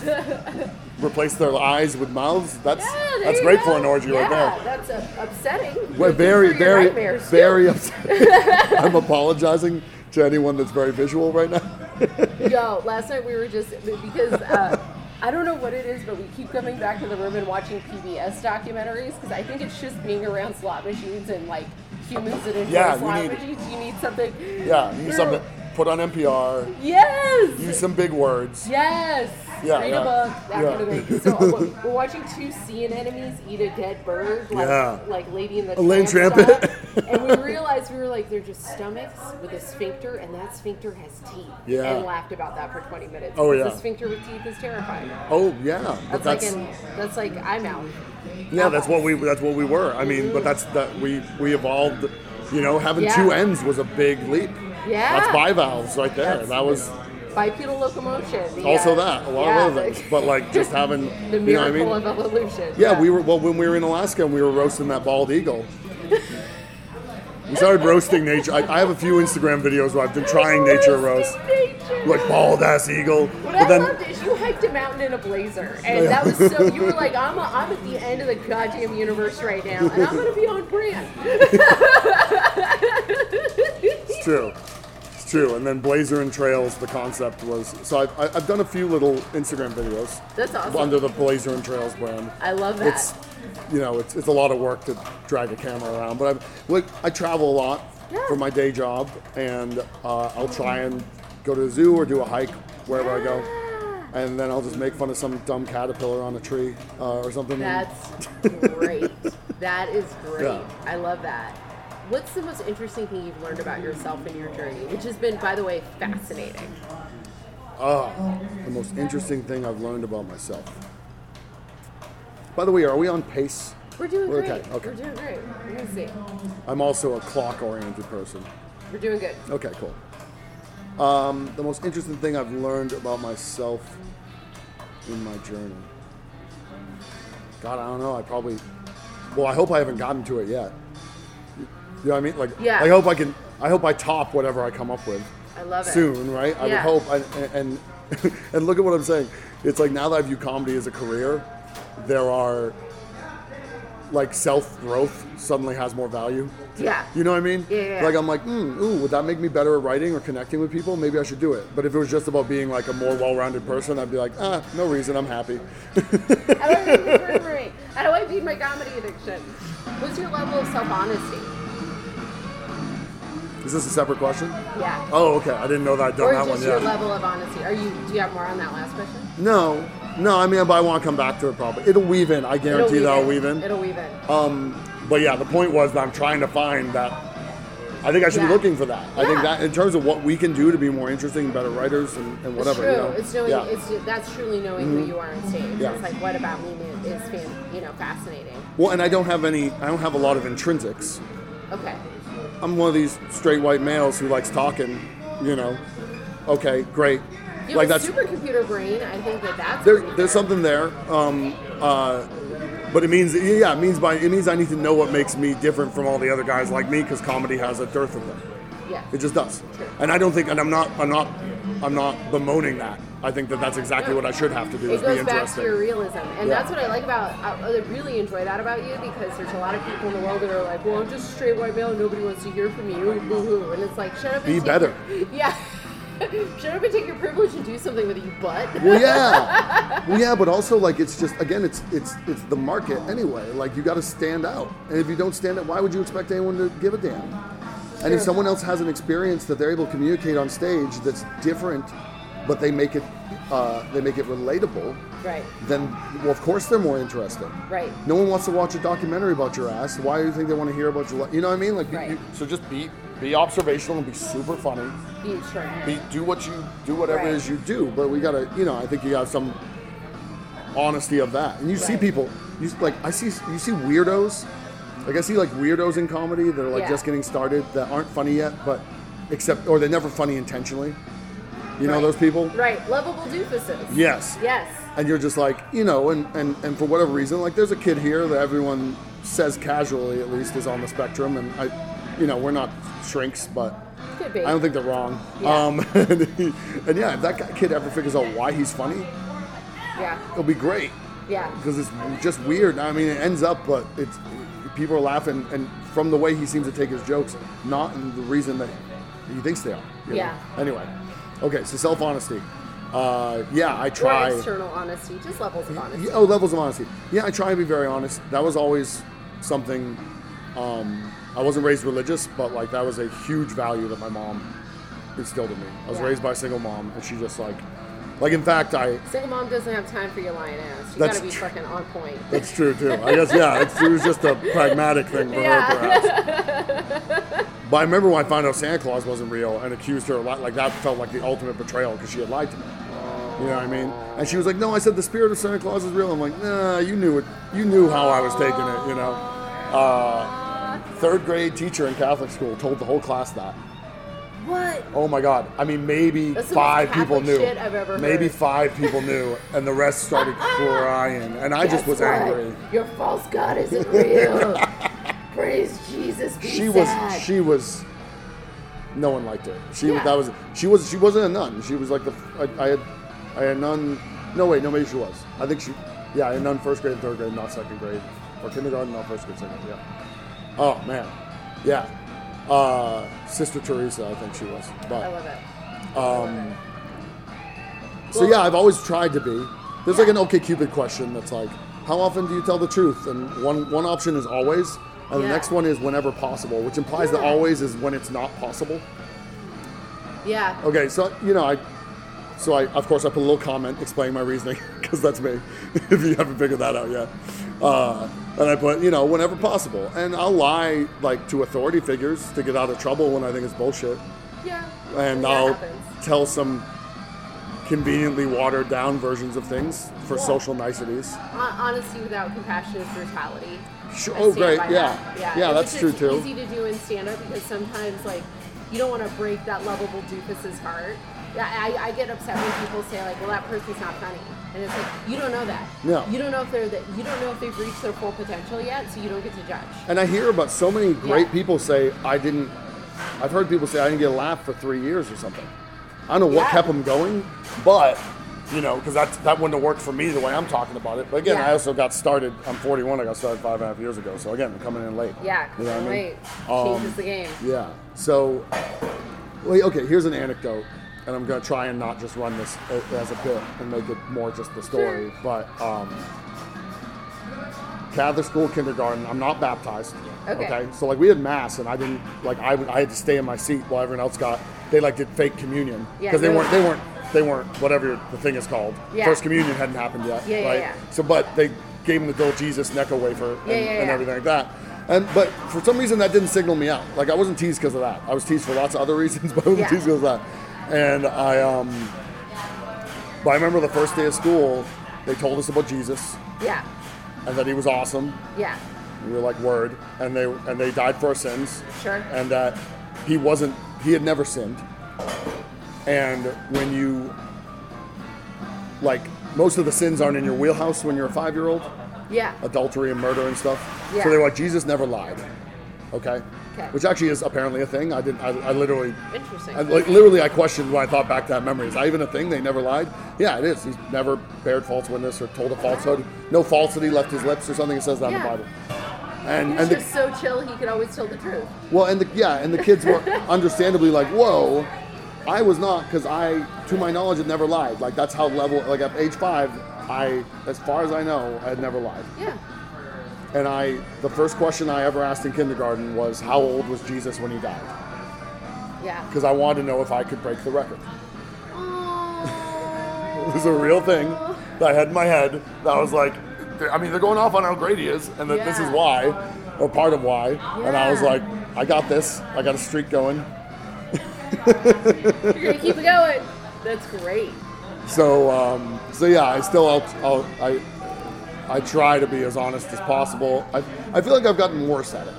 Speaker 2: replace their eyes with mouths. That's
Speaker 1: Yeah, there
Speaker 2: that's
Speaker 1: you
Speaker 2: great
Speaker 1: go.
Speaker 2: for an orgy right
Speaker 1: Yeah,
Speaker 2: there.
Speaker 1: That's uh, upsetting.
Speaker 2: Well,
Speaker 1: Good for
Speaker 2: very,
Speaker 1: your
Speaker 2: very,
Speaker 1: nightmares, too.
Speaker 2: very upset. [LAUGHS] I'm apologizing to anyone that's very visual right now.
Speaker 1: [LAUGHS] Yo, last night we were just because uh, I don't know what it is, but we keep coming back to the room and watching PBS documentaries because I think it's just being around slot machines and like humans that enjoy
Speaker 2: Yeah, you
Speaker 1: slot
Speaker 2: need-
Speaker 1: machines. You need something.
Speaker 2: Yeah, you
Speaker 1: You're-
Speaker 2: something. Put on NPR.
Speaker 1: Yes.
Speaker 2: Use some big words.
Speaker 1: Yes.
Speaker 2: Yeah,
Speaker 1: Read
Speaker 2: yeah.
Speaker 1: a book. That
Speaker 2: Yeah.
Speaker 1: kind of
Speaker 2: [LAUGHS]
Speaker 1: thing. So uh, we're- we're watching two sea anemones eat a dead bird, like,
Speaker 2: Yeah.
Speaker 1: like Lady in the
Speaker 2: Elaine
Speaker 1: Tramp
Speaker 2: Trampett. [LAUGHS]
Speaker 1: style. and we realized we were like, they're just stomachs with a sphincter, and that sphincter has teeth.
Speaker 2: Yeah.
Speaker 1: And laughed about that for 20 minutes.
Speaker 2: Oh,
Speaker 1: because
Speaker 2: yeah.
Speaker 1: The sphincter with teeth is terrifying.
Speaker 2: Oh yeah, but
Speaker 1: That's, like an, that's like I'm out.
Speaker 2: Yeah, that's what we that's what we were. I mean, but that's that we we evolved. You know, having
Speaker 1: Yeah.
Speaker 2: two ends was a big leap.
Speaker 1: Yeah.
Speaker 2: that's bivalves right there.
Speaker 1: That's-
Speaker 2: that was
Speaker 1: Bipedal locomotion. the,
Speaker 2: also
Speaker 1: uh,
Speaker 2: that a lot
Speaker 1: yeah,
Speaker 2: of other things, but
Speaker 1: [LAUGHS]
Speaker 2: like just having
Speaker 1: the
Speaker 2: you know what I
Speaker 1: miracle
Speaker 2: mean.
Speaker 1: of evolution.
Speaker 2: yeah, we were well when we were in Alaska and we were roasting that bald
Speaker 1: [LAUGHS]
Speaker 2: eagle. we started roasting nature. I, I have a few Instagram videos where I've been trying nature roast,
Speaker 1: Nature.
Speaker 2: like bald ass eagle.
Speaker 1: What
Speaker 2: but
Speaker 1: I
Speaker 2: then
Speaker 1: loved is you hiked a mountain in a blazer, and that was so. You [LAUGHS] were like, "I'm, a, I'm at the end of the goddamn universe right now, and I'm gonna be on brand."
Speaker 2: It's true. It's true. And then Blazer and Trails, the concept was. So I've, I- I've done a few little Instagram videos.
Speaker 1: [LAUGHS] That's awesome.
Speaker 2: Under the Blazer and Trails brand.
Speaker 1: I love that.
Speaker 2: It's, you know, it's, it's a lot of work to drag a camera around. But I've, like, I travel a lot
Speaker 1: Yeah.
Speaker 2: for my day job, and uh, I'll try and go to the zoo or do a hike wherever I go.
Speaker 1: Yeah.
Speaker 2: And then I'll just make fun of some dumb caterpillar on a tree uh, or something.
Speaker 1: That's great. that is great.
Speaker 2: Yeah.
Speaker 1: I love that. What's the most interesting thing you've learned about yourself in your journey, which has been, by the way, fascinating?
Speaker 2: Ah, the most interesting thing I've learned about myself. By the way, are we on pace?
Speaker 1: We're doing
Speaker 2: We're
Speaker 1: great.
Speaker 2: okay, okay.
Speaker 1: We're doing great. We're gonna see.
Speaker 2: I'm also a clock oriented person.
Speaker 1: We're doing good.
Speaker 2: Okay, cool. Um, the most interesting thing I've learned about myself in my journey. God, I don't know. I probably. Well, I hope I haven't gotten to it yet. You know what I mean? Like,
Speaker 1: Yeah.
Speaker 2: I hope I can. I hope I top whatever I come up with
Speaker 1: I love it.
Speaker 2: soon, right? I
Speaker 1: Yeah.
Speaker 2: would hope. I, and and [LAUGHS] look at what I'm saying. It's like now that I view comedy as a career, there are like self growth suddenly has more value.
Speaker 1: Yeah.
Speaker 2: You know what I mean?
Speaker 1: Yeah, yeah, yeah.
Speaker 2: Like I'm like, mm, ooh, would that make me better at writing or connecting with people? Maybe I should do it. But if it was just about being like a more well-rounded person, I'd be like, ah, no reason, I'm happy.
Speaker 1: How do I beat my memory? How do I beat my comedy addiction? What's your level of self honesty?
Speaker 2: Is this a separate question?
Speaker 1: Yeah.
Speaker 2: Oh, okay. I didn't know that I'd done
Speaker 1: or
Speaker 2: that
Speaker 1: just
Speaker 2: one
Speaker 1: your
Speaker 2: yet.
Speaker 1: level of honesty? Are you? Do you have more on that last question?
Speaker 2: no, no. I mean, but I want to come back to it probably. It'll weave in. I
Speaker 1: It'll
Speaker 2: guarantee that I'll weave in.
Speaker 1: It'll weave in.
Speaker 2: Um, but yeah, the point was that I'm trying to find that. I think I should
Speaker 1: Yeah.
Speaker 2: be looking for that. I think
Speaker 1: Yeah.
Speaker 2: that in terms of what we can do to be more interesting, better writers, and, and whatever.
Speaker 1: It's
Speaker 2: you
Speaker 1: true.
Speaker 2: know?
Speaker 1: It's knowing.
Speaker 2: Yeah. Mm-hmm.
Speaker 1: It's ju- that's truly knowing who you are on stage.
Speaker 2: Yeah.
Speaker 1: It's like what about me ma- is fan, you know fascinating.
Speaker 2: well, and I don't have any. I don't have a lot of intrinsics.
Speaker 1: Okay.
Speaker 2: I'm one of these straight white males who likes talking. You know. Okay, great.
Speaker 1: You have a supercomputer brain. I think that that's
Speaker 2: there,
Speaker 1: pretty
Speaker 2: there's
Speaker 1: fair.
Speaker 2: something there. Um, uh, but it means yeah, it means by it means I need to know what makes me different from all the other guys like me because comedy has a dearth of them.
Speaker 1: Yeah.
Speaker 2: It just does.
Speaker 1: Sure.
Speaker 2: And I don't think, and I'm not, I'm not, I'm not bemoaning that. I think that that's exactly what I should have to do.
Speaker 1: It
Speaker 2: is be
Speaker 1: goes back to
Speaker 2: interesting.
Speaker 1: your realism, and
Speaker 2: Yeah.
Speaker 1: that's what I like about. I I really enjoy that about you because there's a lot of people in the world that are like, "Well, I'm just a straight white male. Nobody wants to hear from you." Boo hoo! And it's like, shut up. And
Speaker 2: Be
Speaker 1: take
Speaker 2: better.
Speaker 1: your- [LAUGHS] yeah. shut up and take your privilege and do something with it, you butt.
Speaker 2: well, yeah, well, yeah, but also like it's just again, it's it's it's the market anyway. Like you got to stand out, and if you don't stand out, why would you expect anyone to give a damn? And if
Speaker 1: Sure.
Speaker 2: someone else has an experience that they're able to communicate on stage that's different, but they make it uh, they make it relatable,
Speaker 1: right.
Speaker 2: then well, of course they're more interesting.
Speaker 1: Right.
Speaker 2: No one wants to watch a documentary about your ass. Why do you think they want to hear about your? Li- you know what I mean? Like, you-
Speaker 1: Right.
Speaker 2: you- so just be be observational and be super funny.
Speaker 1: Be extraordinary.
Speaker 2: Be do what you do, whatever
Speaker 1: Right.
Speaker 2: it is you do. But we gotta, you know, I think you got some honesty of that. And you see
Speaker 1: Right.
Speaker 2: people, you s- like I see you see weirdos. Like I see like weirdos in comedy that are like
Speaker 1: Yeah.
Speaker 2: just getting started that aren't funny yet, but except or they're never funny intentionally. You know
Speaker 1: Right.
Speaker 2: those people?
Speaker 1: Right. Lovable doofuses.
Speaker 2: Yes
Speaker 1: Yes.
Speaker 2: and you're just like you know and, and and for whatever reason like there's a kid here that everyone says casually at least is on the spectrum and i you know we're not shrinks but
Speaker 1: Could be.
Speaker 2: i don't think they're wrong
Speaker 1: Yeah.
Speaker 2: um [LAUGHS] and, he- and yeah if that guy- kid ever figures out why he's funny
Speaker 1: Yeah.
Speaker 2: it'll be great
Speaker 1: Yeah.
Speaker 2: because it's just weird i mean it ends up but it's people are laughing and from the way he seems to take his jokes not in the reason that he thinks they are you know?
Speaker 1: Yeah.
Speaker 2: anyway okay so self-honesty uh, yeah i try
Speaker 1: Or external honesty, just levels of honesty.
Speaker 2: yeah, oh, levels of honesty. Yeah, I try to be very honest. That was always something. Um, I wasn't raised religious, but like that was a huge value that my mom instilled in me. I was
Speaker 1: Yeah.
Speaker 2: raised by a single mom, and she just like, like in fact, I.
Speaker 1: Single mom doesn't have time for your lying ass. You
Speaker 2: That's
Speaker 1: gotta be
Speaker 2: tr-
Speaker 1: fucking on point.
Speaker 2: That's true too. I guess yeah, it's, it was just a pragmatic thing for
Speaker 1: Yeah.
Speaker 2: her, perhaps. But I remember when I found out Santa Claus wasn't real and accused her a lot. Like that felt like the ultimate betrayal because she had lied to me. You know what I mean? And she was like, "No, I said the spirit of Santa Claus is real." I'm like, "Nah, you knew it. You knew how I was taking it." You know. Uh, third grade teacher in Catholic school told the whole class that.
Speaker 1: What?
Speaker 2: Oh my God! I mean, maybe
Speaker 1: That's the most
Speaker 2: five people
Speaker 1: Catholic
Speaker 2: knew.
Speaker 1: shit I've ever
Speaker 2: maybe
Speaker 1: heard.
Speaker 2: five people knew, and the rest started crying, and I just
Speaker 1: Guess
Speaker 2: was
Speaker 1: what?
Speaker 2: angry.
Speaker 1: Your false god isn't
Speaker 2: [LAUGHS]
Speaker 1: real. Praise Jesus. Be
Speaker 2: she
Speaker 1: sad.
Speaker 2: was she was no one liked her she
Speaker 1: Yeah.
Speaker 2: that was she was she wasn't a nun she was like the I, I had i had a nun no wait no maybe she was i think she yeah i had a nun first grade third grade not second grade or kindergarten not first grade second grade, yeah oh man yeah uh, sister teresa i think she was but
Speaker 1: I love it.
Speaker 2: um, so
Speaker 1: Well-
Speaker 2: yeah, I've always tried to be. There's like an OK Cupid question that's like, how often do you tell the truth? And one one option is always, and the
Speaker 1: Yeah.
Speaker 2: next one is whenever possible, which implies that
Speaker 1: Yeah.
Speaker 2: always is when it's not possible.
Speaker 1: Yeah.
Speaker 2: Okay, so you know I. So I, of course, I put a little comment explaining my reasoning [LAUGHS] because that's me. if you haven't figured that out yet, uh, and I put, you know, whenever possible, and I'll lie like to authority figures to get out of trouble when I think it's bullshit
Speaker 1: Yeah.
Speaker 2: and
Speaker 1: That
Speaker 2: I'll
Speaker 1: happens.
Speaker 2: tell some conveniently watered down versions of things for social niceties.
Speaker 1: Hon- Honesty without compassion is brutality.
Speaker 2: Sure.
Speaker 1: I
Speaker 2: Oh,
Speaker 1: stand
Speaker 2: great.
Speaker 1: by
Speaker 2: Yeah.
Speaker 1: that.
Speaker 2: Yeah,
Speaker 1: It's-
Speaker 2: that's true
Speaker 1: it's
Speaker 2: too.
Speaker 1: easy to do in stand up because sometimes, like, you don't want to break that lovable doofus's heart. Yeah, I, I get upset when people say, like, well, that person's not funny. And it's like, you don't know that.
Speaker 2: No.
Speaker 1: You don't know if they're that. You don't know if they've reached their full potential yet, so you don't get to judge.
Speaker 2: And I hear about so many great
Speaker 1: Yeah.
Speaker 2: people say I didn't. I've heard people say I didn't get a laugh for three years or something. I don't know what
Speaker 1: Yeah.
Speaker 2: kept them going, but you know, because that that wouldn't have worked for me the way I'm talking about it. But again,
Speaker 1: Yeah.
Speaker 2: I also got started. I'm 41. I got started five and a half years ago. So again, I'm coming in late.
Speaker 1: Yeah,
Speaker 2: You know what I mean?
Speaker 1: wait.
Speaker 2: Um,
Speaker 1: Changes the game.
Speaker 2: Yeah. So, wait, okay, here's an anecdote, and I'm going to try and not just run this a- as a bit and make it more just the story. But um, Catholic school, kindergarten, I'm not baptized.
Speaker 1: Okay.
Speaker 2: So, like, we had mass, and I didn't, like, I, would- I had to stay in my seat while everyone else got, they, like, did fake communion.
Speaker 1: Yeah,
Speaker 2: Because they
Speaker 1: no.
Speaker 2: weren't, they weren't, they weren't, whatever the thing is called.
Speaker 1: Yeah.
Speaker 2: First communion hadn't happened yet.
Speaker 1: Yeah, yeah,
Speaker 2: right?
Speaker 1: yeah.
Speaker 2: So, but they gave him the Dole Jesus Necco wafer and,
Speaker 1: Yeah, yeah,
Speaker 2: and
Speaker 1: yeah.
Speaker 2: everything like that. And but for some reason that didn't signal me out. Like I wasn't teased because of that. I was teased for lots of other [LAUGHS] reasons, but I wasn't
Speaker 1: Yeah.
Speaker 2: teased because of that. And I um, but I remember the first day of school, they told us about Jesus
Speaker 1: Yeah.
Speaker 2: and that he was awesome.
Speaker 1: Yeah.
Speaker 2: We were like word, and they and they died for our sins.
Speaker 1: Sure.
Speaker 2: And that he wasn't. He had never sinned. And when you like most of the sins aren't in your wheelhouse when you're a five year old
Speaker 1: Yeah.
Speaker 2: adultery and murder and stuff.
Speaker 1: Yeah.
Speaker 2: So they were like, Jesus never lied. Okay.
Speaker 1: Okay.
Speaker 2: Which actually is apparently a thing. I didn't. I, I literally.
Speaker 1: Interesting.
Speaker 2: I, like literally, I questioned when I thought back to that memory. Is that even a thing? They never lied. Yeah, it is. He's never bared false witness or told a falsehood. No falsity left his lips or something. It says that in the
Speaker 1: Yeah.
Speaker 2: Bible. And
Speaker 1: He was
Speaker 2: and the,
Speaker 1: just so chill, he could always tell the truth.
Speaker 2: well, and the yeah, and the
Speaker 1: [LAUGHS]
Speaker 2: kids were understandably like, "Whoa, I was not," because I, to my knowledge, had never lied. Like that's how level. Like at age five, I, as far as I know, I had never lied.
Speaker 1: Yeah.
Speaker 2: And I, the first question I ever asked in kindergarten was, "How old was Jesus when he died?"
Speaker 1: Yeah.
Speaker 2: [LAUGHS] Because I wanted to know if I could break the record. It
Speaker 1: Oh.
Speaker 2: was a real thing that I had in my head. That I was like, I mean, they're going off on how great he is, and that this is
Speaker 1: Yeah.
Speaker 2: why, or part of why. And I was
Speaker 1: Yeah.
Speaker 2: like, I got this. I got a streak going.
Speaker 1: You're gonna keep it going. That's great.
Speaker 2: So, um, so yeah, I still, I'll, I'll, I, I try to be as honest as possible. I, I feel like I've gotten worse at it,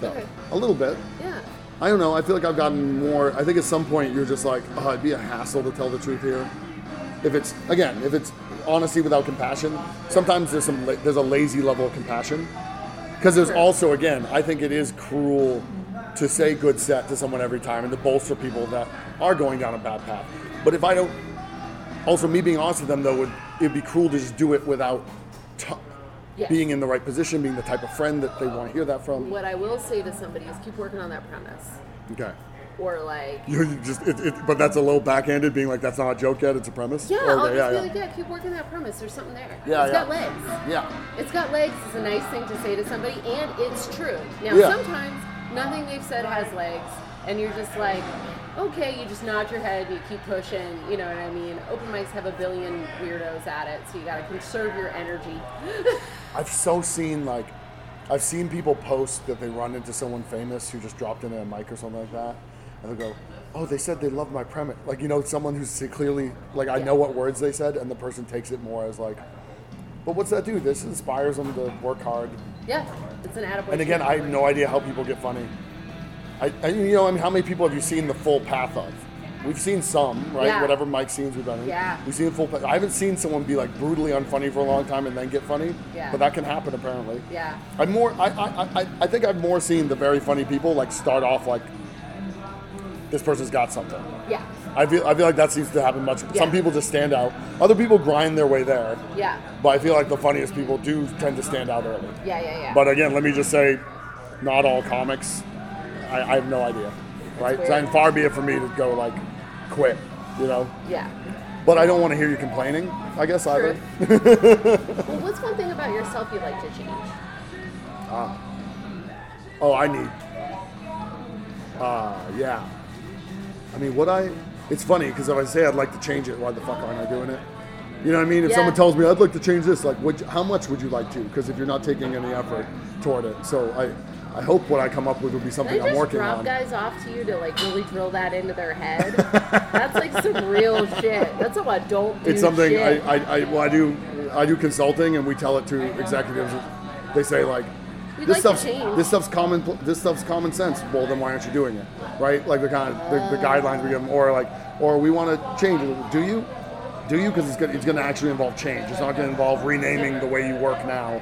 Speaker 2: though,
Speaker 1: Okay.
Speaker 2: a little bit.
Speaker 1: Yeah.
Speaker 2: I don't know. I feel like I've gotten more. I think at some point you're just like, oh, it'd be a hassle to tell the truth here. If it's again, if it's honesty without compassion, sometimes there's some la- there's a lazy level of compassion. Because there's
Speaker 1: Sure.
Speaker 2: also again, I think it is cruel to say good set to someone every time and to bolster people that are going down a bad path. But if I don't, also me being honest with them though would it'd be cruel to just do it without t-
Speaker 1: Yes.
Speaker 2: being in the right position, being the type of friend that they want to hear that from.
Speaker 1: What I will say to somebody is keep working on that premise.
Speaker 2: Okay.
Speaker 1: Or like,
Speaker 2: You're you just, it, it, but that's a little backhanded, being like, that's not a joke yet, it's a premise.
Speaker 1: yeah, oh, I'll just
Speaker 2: Okay,
Speaker 1: be like, yeah, keep working that premise. There's something there.
Speaker 2: Yeah,
Speaker 1: It's got
Speaker 2: yeah.
Speaker 1: legs.
Speaker 2: yeah.
Speaker 1: It's got legs is a nice thing to say to somebody, and it's true. Now,
Speaker 2: Yeah.
Speaker 1: sometimes nothing they've said has legs, and you're just like, okay, you just nod your head, you keep pushing, you know what I mean? Open mics have a billion weirdos at it, so you gotta conserve your energy. [LAUGHS]
Speaker 2: I've so seen like, I've seen people post that they run into someone famous who just dropped in at a mic or something like that, and they'll go, oh, they said they loved my premise. Like, you know, someone who's clearly, like, I know what words they said, and the person takes it more as like, but what's that do? This inspires them to work hard.
Speaker 1: yeah, it's an attaboy.
Speaker 2: And again, I have no idea how people get funny. I, I you know, I mean, how many people have you seen the full path of? We've seen some, right?
Speaker 1: Yeah.
Speaker 2: Whatever Mike scenes we've done. in.
Speaker 1: Yeah.
Speaker 2: We've seen the full path. I haven't seen someone be like brutally unfunny for a long time and then get funny.
Speaker 1: Yeah.
Speaker 2: But that can happen apparently.
Speaker 1: Yeah.
Speaker 2: I'm more. I, I, I, I think I've more seen the very funny people like start off like this person's got something.
Speaker 1: Yeah,
Speaker 2: I feel I feel like that seems to happen much.
Speaker 1: Yeah.
Speaker 2: Some people just stand out. Other people grind their way there.
Speaker 1: yeah,
Speaker 2: But I feel like the funniest people do tend to stand out early.
Speaker 1: yeah, yeah, yeah.
Speaker 2: But again, let me just say, not all comics. I, I have no idea, right?
Speaker 1: weird.
Speaker 2: So and far be it for me to go like quit, you know.
Speaker 1: yeah.
Speaker 2: But I don't want to hear you complaining. I guess either.
Speaker 1: True.
Speaker 2: [LAUGHS]
Speaker 1: well, what's one thing about yourself you'd like to change?
Speaker 2: Oh, I need. Uh, yeah. I mean, what I. It's funny because if I say I'd like to change it, why the fuck aren't I doing it? You know what I mean? If
Speaker 1: Yeah.
Speaker 2: someone tells me I'd like to change this, like, would you, how much would you like to? Because if you're not taking any effort toward it, so I, I hope what I come up with will be
Speaker 1: They
Speaker 2: something
Speaker 1: just
Speaker 2: I'm working
Speaker 1: drop
Speaker 2: on.
Speaker 1: guys off to you to like really drill that into their
Speaker 2: [LAUGHS]
Speaker 1: head. That's like some real shit. That's how I don't do
Speaker 2: it's something I,
Speaker 1: shit.
Speaker 2: I, I, well, I do I do consulting and we tell it to executives. They say like
Speaker 1: We'd
Speaker 2: this
Speaker 1: like to
Speaker 2: stuff's
Speaker 1: change.
Speaker 2: this stuff's common pl- this stuff's common sense. Well, then why aren't you doing it? Right? Like the kind of the, the guidelines we give them, or like or we want to change it. Do you? Do you? Because it's gonna, it's going to actually involve change. It's not going to involve renaming the way you work now.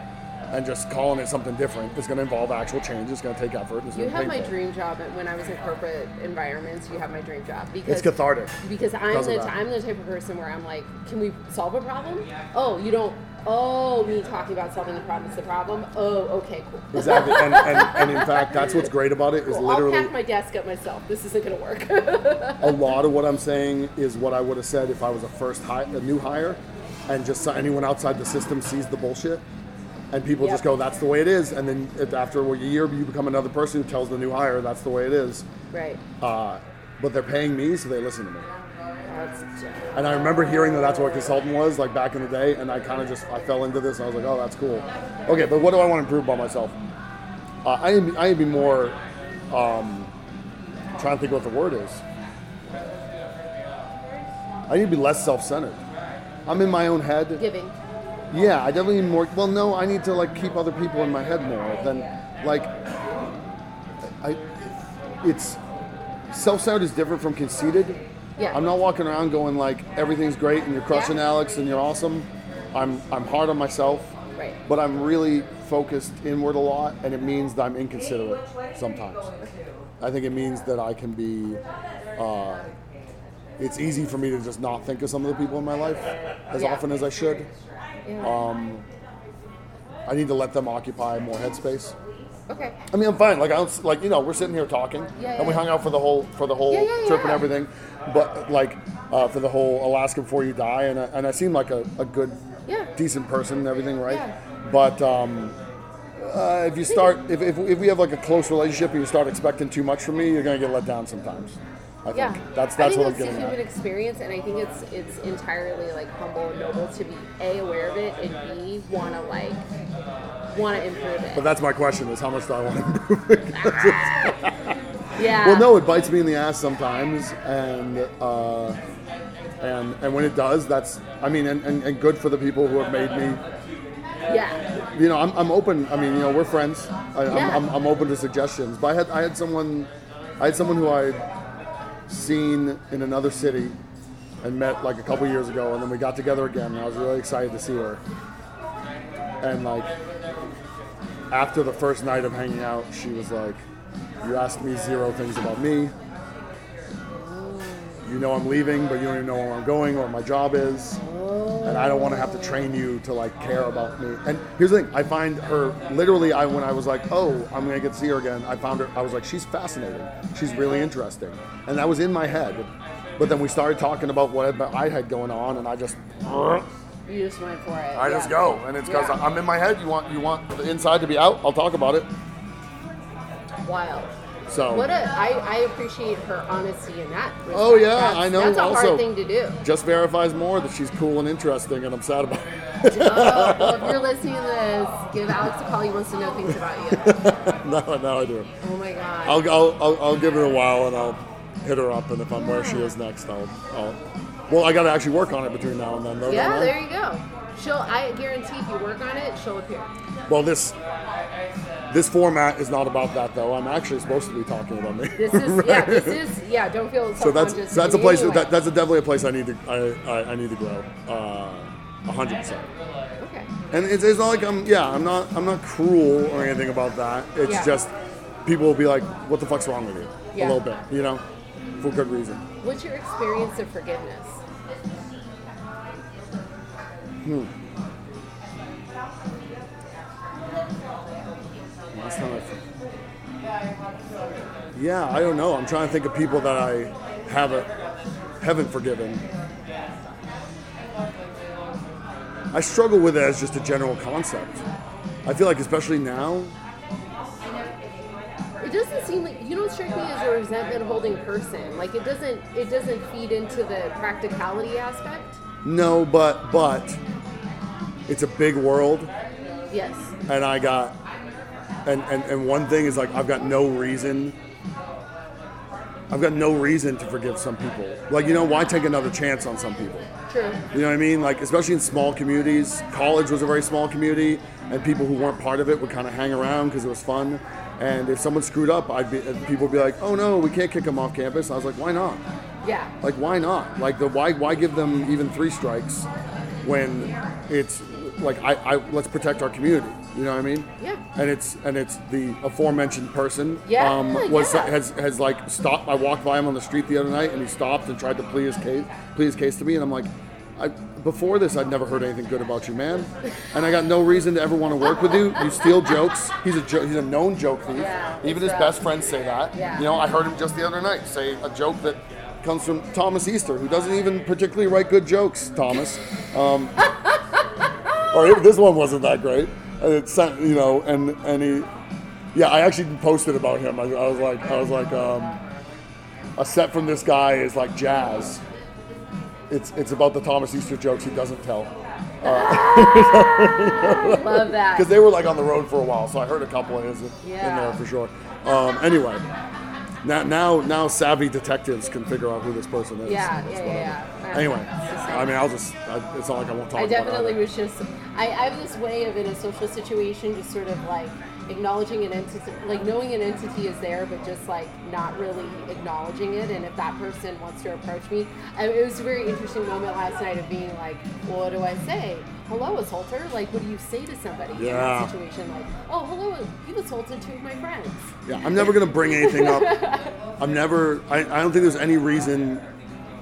Speaker 2: And just calling it something different. It's going to involve actual change. It's going to take effort. It's
Speaker 1: you
Speaker 2: gonna
Speaker 1: have
Speaker 2: be
Speaker 1: my
Speaker 2: painful.
Speaker 1: dream job and when I was in corporate environments. You have my dream job because
Speaker 2: It's cathartic.
Speaker 1: because I'm
Speaker 2: Because of
Speaker 1: the,
Speaker 2: that.
Speaker 1: I'm the type of person where I'm like, can we solve a problem? Oh, you don't. Oh, me talking about solving the problem is the problem. Oh, okay, cool.
Speaker 2: Exactly. And, and, and in fact, that's what's great about it is
Speaker 1: Cool.
Speaker 2: literally.
Speaker 1: I'll pack my desk up myself. This isn't gonna work. [LAUGHS]
Speaker 2: a lot of what I'm saying is what I would have said if I was a first hi- a new hire, and just so anyone outside the system sees the bullshit, and people just
Speaker 1: Yep.
Speaker 2: go, "That's the way it is," and then it- after a year, you become another person who tells the new hire, "That's the way it is,"
Speaker 1: right.
Speaker 2: uh, but they're paying me, so they listen to me.
Speaker 1: That's just-
Speaker 2: And I remember hearing that that's what a consultant was like back in the day, and I kind of just I fell into this, and I was like, "Oh, that's cool." Okay, but what do I want to improve about myself? Uh, I need, I need to be more. Um, trying to think what the word is. I need to be less self-centered. I'm in my own head.
Speaker 1: giving.
Speaker 2: Yeah, I definitely need more. Well, no, I need to like keep other people in my head more than like I. It's self-centered is different from conceited.
Speaker 1: Yeah.
Speaker 2: I'm not walking around going like everything's great and you're crushing
Speaker 1: Yeah.
Speaker 2: Alex and you're awesome. I'm I'm hard on myself,
Speaker 1: Right.
Speaker 2: but I'm really focused inward a lot, and it means that I'm inconsiderate sometimes. I think it means that I can be. Uh, it's easy for me to just not think of some of the people in my life as
Speaker 1: Yeah.
Speaker 2: often as I should.
Speaker 1: Yeah.
Speaker 2: I need to let them occupy more headspace.
Speaker 1: okay.
Speaker 2: I mean, I'm fine. Like I don't s- like you know we're sitting here talking,
Speaker 1: Yeah,
Speaker 2: and we
Speaker 1: yeah.
Speaker 2: hung out for the whole for the whole
Speaker 1: Yeah, yeah,
Speaker 2: trip and
Speaker 1: yeah.
Speaker 2: everything, but like uh, for the whole Alaska before you die, and I, and I seem like a, a good,
Speaker 1: Yeah.
Speaker 2: decent person and everything, right?
Speaker 1: Yeah.
Speaker 2: But um, uh, if you start if, if if we have like a close relationship and you start expecting too much from me, you're gonna get let down sometimes. I
Speaker 1: Yeah,
Speaker 2: think that's
Speaker 1: I
Speaker 2: that's
Speaker 1: think
Speaker 2: what I'm
Speaker 1: it's
Speaker 2: getting
Speaker 1: a human
Speaker 2: at.
Speaker 1: experience, and I think it's it's entirely like humble and noble to be a aware of it and b want to like want to improve it.
Speaker 2: But that's my question: is how much do I want to improve?
Speaker 1: yeah.
Speaker 2: Well, no, it bites me in the ass sometimes, and uh, and and when it does, that's I mean, and, and, and good for the people who have made me.
Speaker 1: Yeah.
Speaker 2: You know, I'm, I'm open. I mean, you know, we're friends. I,
Speaker 1: Yeah.
Speaker 2: I'm, I'm, I'm open to suggestions. But I had I had someone, I had someone who I seen in another city and met like a couple years ago, and then we got together again, and I was really excited to see her. And like after the first night of hanging out, she was like, "You asked me zero things about me. You know I'm leaving, but you don't even know where I'm going or what my job is." And I don't want to have to train you to like care about me. And here's the thing: I find her literally. I when I was like, "Oh, I'm gonna get to see her again," I found her. I was like, "She's fascinating. She's really interesting." And that was in my head. But then we started talking about what I had going on, and I just
Speaker 1: You just went for it. yeah.
Speaker 2: I just go, and it's because
Speaker 1: Yeah.
Speaker 2: I'm in my head. You want you want the inside to be out. I'll talk about it.
Speaker 1: wild.
Speaker 2: So
Speaker 1: What a I, I appreciate her honesty in that. respect.
Speaker 2: Oh, yeah,
Speaker 1: That's-
Speaker 2: I know,
Speaker 1: That's a
Speaker 2: also-
Speaker 1: hard thing to
Speaker 2: [LAUGHS]
Speaker 1: do.
Speaker 2: just verifies more that she's cool and interesting, and I'm sad about [LAUGHS] it.
Speaker 1: Oh, well, if you're listening to this, give Alex a call. He wants to know things about you.
Speaker 2: no, no, I do.
Speaker 1: Oh my god.
Speaker 2: I'll, I'll, I'll, I'll give her a while, and I'll hit her up, and if I'm where she is next, I'll. I'll well, I got to actually work on it between now and then. Though, don't
Speaker 1: yeah,
Speaker 2: I?
Speaker 1: there you go. She'll. I guarantee if you work on it, she'll appear.
Speaker 2: Well, this this format is not about that though. I'm actually supposed to be talking about me. [LAUGHS]
Speaker 1: This is yeah.
Speaker 2: Right?
Speaker 1: This is yeah. Don't feel
Speaker 2: so that's
Speaker 1: self-conscious
Speaker 2: so that's a
Speaker 1: in
Speaker 2: place
Speaker 1: any
Speaker 2: that,
Speaker 1: way.
Speaker 2: that's a definitely a place I need to I, I, I need to grow. uh, A hundred percent.
Speaker 1: okay.
Speaker 2: And it's, it's not like I'm yeah I'm not I'm not cruel or anything about that. It's
Speaker 1: Yeah.
Speaker 2: just people will be like, what the fuck's wrong with you?
Speaker 1: Yeah.
Speaker 2: A little bit, you know, for good reason.
Speaker 1: What's your experience of forgiveness?
Speaker 2: Last time I. fr- Yeah, I don't know. I'm trying to think of people that I haven't haven't forgiven. I struggle with it as just a general concept. I feel like, especially now,
Speaker 1: It doesn't seem like you don't strike me as a resentment holding person. Like it doesn't. It doesn't feed into the practicality aspect.
Speaker 2: no, but but it's a big world,
Speaker 1: Yes.
Speaker 2: and I got and, and, and one thing is like I've got no reason I've got no reason to forgive some people. Like you know, why take another chance on some people?
Speaker 1: True.
Speaker 2: You know what I mean? Like, especially in small communities. College was a very small community, and people who weren't part of it would kind of hang around because it was fun. And if someone screwed up, I'd be, and people would be like, "Oh no, we can't kick them off campus." I was like, "Why not?
Speaker 1: Yeah.
Speaker 2: Like, why not? Like, the why why give them even three strikes when it's like I, I let's protect our community. You know what I mean?
Speaker 1: Yeah.
Speaker 2: And it's and it's the aforementioned person um,
Speaker 1: Yeah,
Speaker 2: was
Speaker 1: yeah.
Speaker 2: has has like stopped. I walked by him on the street the other night, and he stopped and tried to plead his case, plead his case to me, and I'm like, I, before this, I'd never heard anything good about you, man, and I got no reason to ever want to work with you. You steal jokes. He's a jo- he's a known joke thief.
Speaker 1: Yeah, it's
Speaker 2: Even his
Speaker 1: rough.
Speaker 2: best friends say that.
Speaker 1: Yeah.
Speaker 2: You know, I heard him just the other night say a joke that comes from Thomas Easter, who doesn't even particularly write good jokes. Thomas, um, or it- this one wasn't that great. And it sent, you know, and and he, yeah, I actually posted about him. I, I was like, I was like, um, a set from this guy is like jazz. It's it's about the Thomas Easter jokes he doesn't tell
Speaker 1: Love that.
Speaker 2: [LAUGHS] because they were like on the road for a while. So I heard a couple of his in
Speaker 1: Yeah.
Speaker 2: there for sure. Um, anyway, now now now savvy detectives can figure out who this person is.
Speaker 1: Yeah,
Speaker 2: It's
Speaker 1: yeah,
Speaker 2: whatever.
Speaker 1: yeah, yeah.
Speaker 2: Anyway,
Speaker 1: It's the same.
Speaker 2: I mean, I'll just I, it's not like I won't talk.
Speaker 1: I definitely
Speaker 2: about it.
Speaker 1: was just. I, I have this way of in a social situation, just sort of like acknowledging an entity, like knowing an entity is there, but just like not really acknowledging it. And if that person wants to approach me, I it was a very interesting moment last night of being like, well, what do I say? Hello, assaulter. Like, what do you say to somebody in
Speaker 2: Yeah.
Speaker 1: that situation? Like, oh, hello, you assaulted two of my friends.
Speaker 2: Yeah, I'm never gonna bring
Speaker 1: [LAUGHS]
Speaker 2: anything up. I'm never. I, I don't think there's any reason.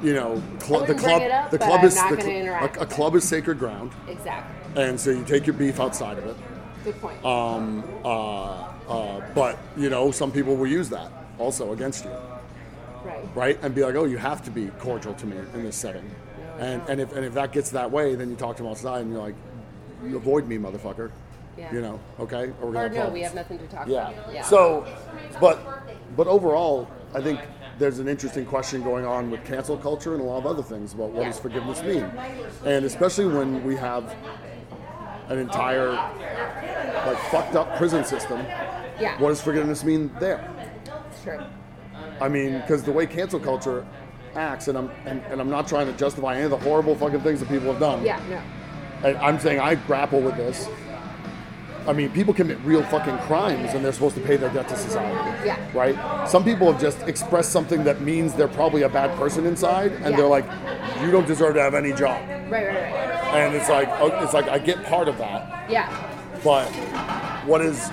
Speaker 2: You know, cl- the
Speaker 1: wouldn't
Speaker 2: club.
Speaker 1: bring it up,
Speaker 2: the
Speaker 1: but
Speaker 2: club
Speaker 1: I'm
Speaker 2: is
Speaker 1: not
Speaker 2: the
Speaker 1: gonna
Speaker 2: cl-
Speaker 1: interact
Speaker 2: a, a
Speaker 1: with
Speaker 2: club is sacred ground,
Speaker 1: Exactly.
Speaker 2: and so you take your beef outside of it.
Speaker 1: Good point.
Speaker 2: Um, uh, uh, but you know, some people will use that also against you.
Speaker 1: right.
Speaker 2: right? And be like, oh, you have to be cordial to me in this setting.
Speaker 1: No, I
Speaker 2: And,
Speaker 1: don't.
Speaker 2: and if and if that gets that way, then you talk to them outside and you're like, you avoid me, motherfucker.
Speaker 1: Yeah.
Speaker 2: You know, okay? Or, we're gonna
Speaker 1: Or
Speaker 2: have
Speaker 1: no, we
Speaker 2: problems.
Speaker 1: have nothing to talk
Speaker 2: Yeah.
Speaker 1: about. Yeah.
Speaker 2: So, but but overall, I think there's an interesting question going on with cancel culture and a lot of other things about what
Speaker 1: Yeah.
Speaker 2: does forgiveness mean, and especially when we have an entire like fucked up prison system.
Speaker 1: yeah,
Speaker 2: What does forgiveness mean there?
Speaker 1: it's true.
Speaker 2: I mean, because the way cancel culture acts, and I'm and, and I'm not trying to justify any of the horrible fucking things that people have done.
Speaker 1: Yeah, no.
Speaker 2: And I'm saying I grapple with this. I mean, people commit real fucking crimes, and they're supposed to pay their debt to society.
Speaker 1: Yeah.
Speaker 2: Right. Some people have just expressed something that means they're probably a bad person inside, and
Speaker 1: Yeah.
Speaker 2: they're like, "You don't deserve to have any job."
Speaker 1: Right, right, right.
Speaker 2: And it's like, oh, it's like I get part of that,
Speaker 1: Yeah.
Speaker 2: but what is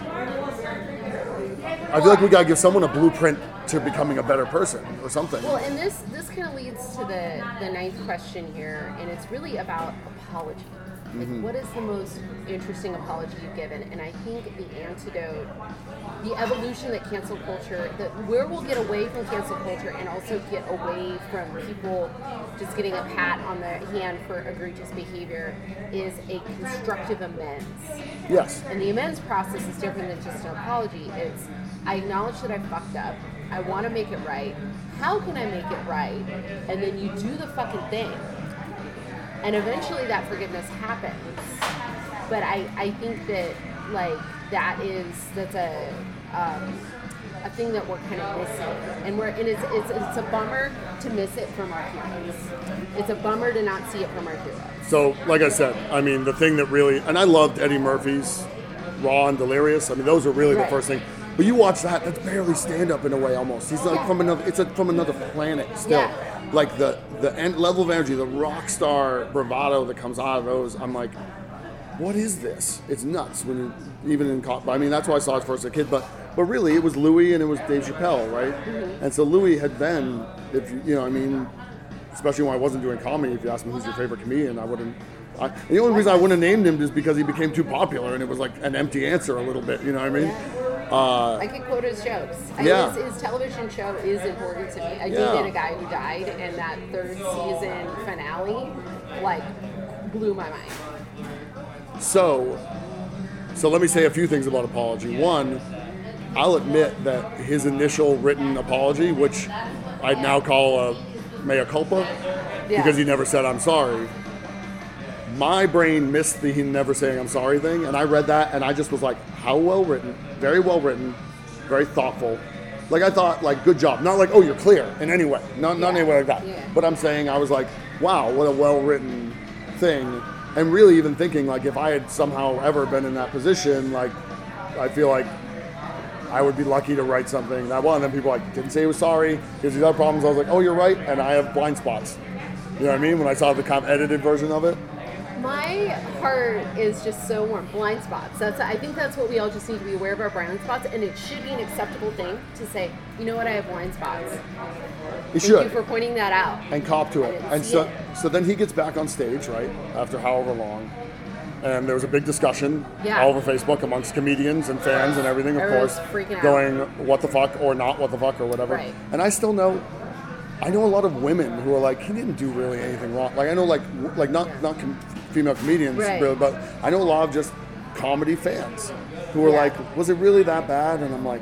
Speaker 2: I feel like we gotta give someone a blueprint to becoming a better person or something.
Speaker 1: Well, and this this kind of leads to the the ninth question here, and it's really about apology. Like, what is the most interesting apology you've given? And I think the antidote, the evolution that cancel culture, that where we'll get away from cancel culture and also get away from people just getting a pat on the hand for egregious behavior, is a constructive amends.
Speaker 2: Yes.
Speaker 1: And the amends process is different than just an apology. It's I acknowledge that I fucked up. I want to make it right. How can I make it right? And then you do the fucking thing. And eventually that forgiveness happens. But I, I think that like that is that's a um, a thing that we're kind of missing, and we're and it's, it's it's a bummer to miss it from our heroes. It's a bummer to not see it from our heroes.
Speaker 2: So, like I said, I mean, the thing that really, and I loved Eddie Murphy's Raw and Delirious. I mean, those are really the
Speaker 1: Right.
Speaker 2: first thing. But you watch that, that's barely stand up in a way almost. He's like
Speaker 1: Yeah.
Speaker 2: from another, it's a, from another planet still.
Speaker 1: Yeah.
Speaker 2: Like the the end level of energy, the rock star bravado that comes out of those. I'm like, what is this? It's nuts when you even in cop. I mean, that's why I saw it first as a kid, but but really it was Louis and it was Dave Chappelle, right? And so Louis had been, if you, you know, I mean, especially when I wasn't doing comedy. If you asked me who's your favorite comedian, I wouldn't. I, and the only reason I wouldn't have named him is because he became too popular, and it was like an empty answer a little bit. You know what I mean? Uh,
Speaker 1: I could quote his jokes. I
Speaker 2: Yeah.
Speaker 1: His, his television show is important to me. I
Speaker 2: Yeah.
Speaker 1: dated a guy who died, and that third season finale, like, blew my mind.
Speaker 2: So, so let me say a few things about apology. One, I'll admit that his initial written apology, which I now call a mea culpa,
Speaker 1: Yeah.
Speaker 2: because he never said I'm sorry. My brain missed the he never saying I'm sorry thing, and I read that, and I just was like, how well written, very well written, very thoughtful. Like I thought, like good job. Not like oh you're clear in any way. Not not
Speaker 1: Yeah.
Speaker 2: anywhere like that.
Speaker 1: Yeah.
Speaker 2: But I'm saying I was like, wow, what a well written thing. And really even thinking like if I had somehow ever been in that position, like I feel like I would be lucky to write something that well. And then people like didn't say he was sorry. Here's these other problems. I was like, oh, you're right, and I have blind spots. You know what I mean? When I saw the kind of edited version of it,
Speaker 1: My heart is just so warm. Blind spots. That's I think that's what we all just need to be aware of our blind spots, and it should be an acceptable thing to say. You know what? I have blind spots.
Speaker 2: he
Speaker 1: Thank you
Speaker 2: should
Speaker 1: for pointing that out.
Speaker 2: and cop to it.
Speaker 1: I didn't
Speaker 2: And
Speaker 1: see
Speaker 2: so,
Speaker 1: it.
Speaker 2: so then he gets back on stage, right after however long, and there was a big discussion
Speaker 1: Yeah.
Speaker 2: all over Facebook amongst comedians and fans and everything, of
Speaker 1: Everyone's
Speaker 2: course,
Speaker 1: freaking out.
Speaker 2: going what the fuck or not what the fuck or whatever.
Speaker 1: Right.
Speaker 2: And I still know. I know a lot of women who are like, he didn't do really anything wrong. Like I know, like, w- like not
Speaker 1: Yeah.
Speaker 2: not com- female comedians,
Speaker 1: Right.
Speaker 2: but but I know a lot of just comedy fans who are
Speaker 1: Yeah.
Speaker 2: like, was it really that bad? And I'm like,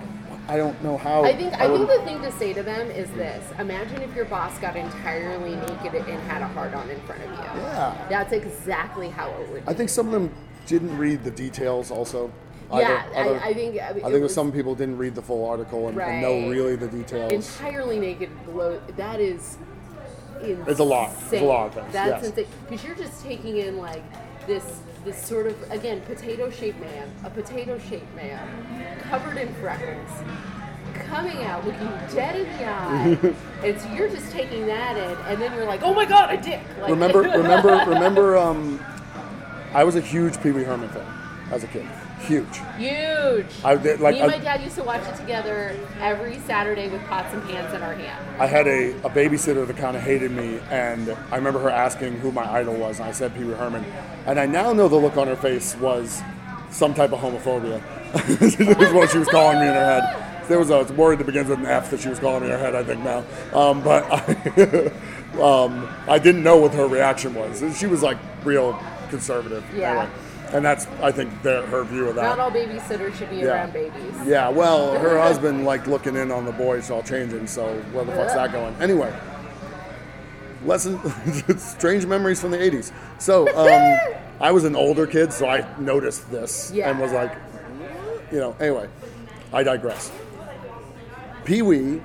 Speaker 2: I don't know how.
Speaker 1: I think I, think
Speaker 2: wouldn't-
Speaker 1: the thing to say to them is this: Imagine if your boss got entirely naked and had a hard on in front of you.
Speaker 2: Yeah.
Speaker 1: That's exactly how it would.
Speaker 2: I think some of them didn't read the details also.
Speaker 1: Yeah, I- I think- I
Speaker 2: I,
Speaker 1: mean,
Speaker 2: think
Speaker 1: it
Speaker 2: it
Speaker 1: was-
Speaker 2: some people didn't read the full article and, and know
Speaker 1: Right.
Speaker 2: really the details.
Speaker 1: [LAUGHS] entirely naked glow that is insane.
Speaker 2: It's a lot. It's a lot of things,
Speaker 1: that's
Speaker 2: yes.
Speaker 1: insane because you're just taking in like this this sort of again potato shaped man a potato shaped man covered in freckles coming out looking dead in the
Speaker 2: [LAUGHS]
Speaker 1: eye and so you're just taking that in and then you're like oh my god a dick like,
Speaker 2: remember, remember, remember. Um, I was a huge Pee Wee Herman fan as a kid. Huge.
Speaker 1: [LAUGHS] huge
Speaker 2: I did, like,
Speaker 1: me and
Speaker 2: I-
Speaker 1: my dad used to watch it together every saturday with pots and pans in our hand
Speaker 2: I had a, a babysitter that kind of hated me, and I remember her asking who my idol was, and I said Pee Wee Herman. And I now know the look on her face was some type of homophobia. [LAUGHS] this is what she was calling me in her head. There was a word that begins with an F that she was calling me in her head, I think now. Um, but [LAUGHS] I, um, I didn't know what her reaction was. She was like real conservative.
Speaker 1: Yeah.
Speaker 2: And that's, I think, their, her view of that.
Speaker 1: not all babysitters should be
Speaker 2: Uh, Yeah.
Speaker 1: around babies
Speaker 2: Yeah, well, her husband liked looking in on the boys all changing, so where the fuck's that going? Anyway, lesson, [LAUGHS] strange memories from the 80s. So, um, I was an older kid, so I noticed this
Speaker 1: Yeah.
Speaker 2: and was like, you know, anyway, I digress. Pee Wee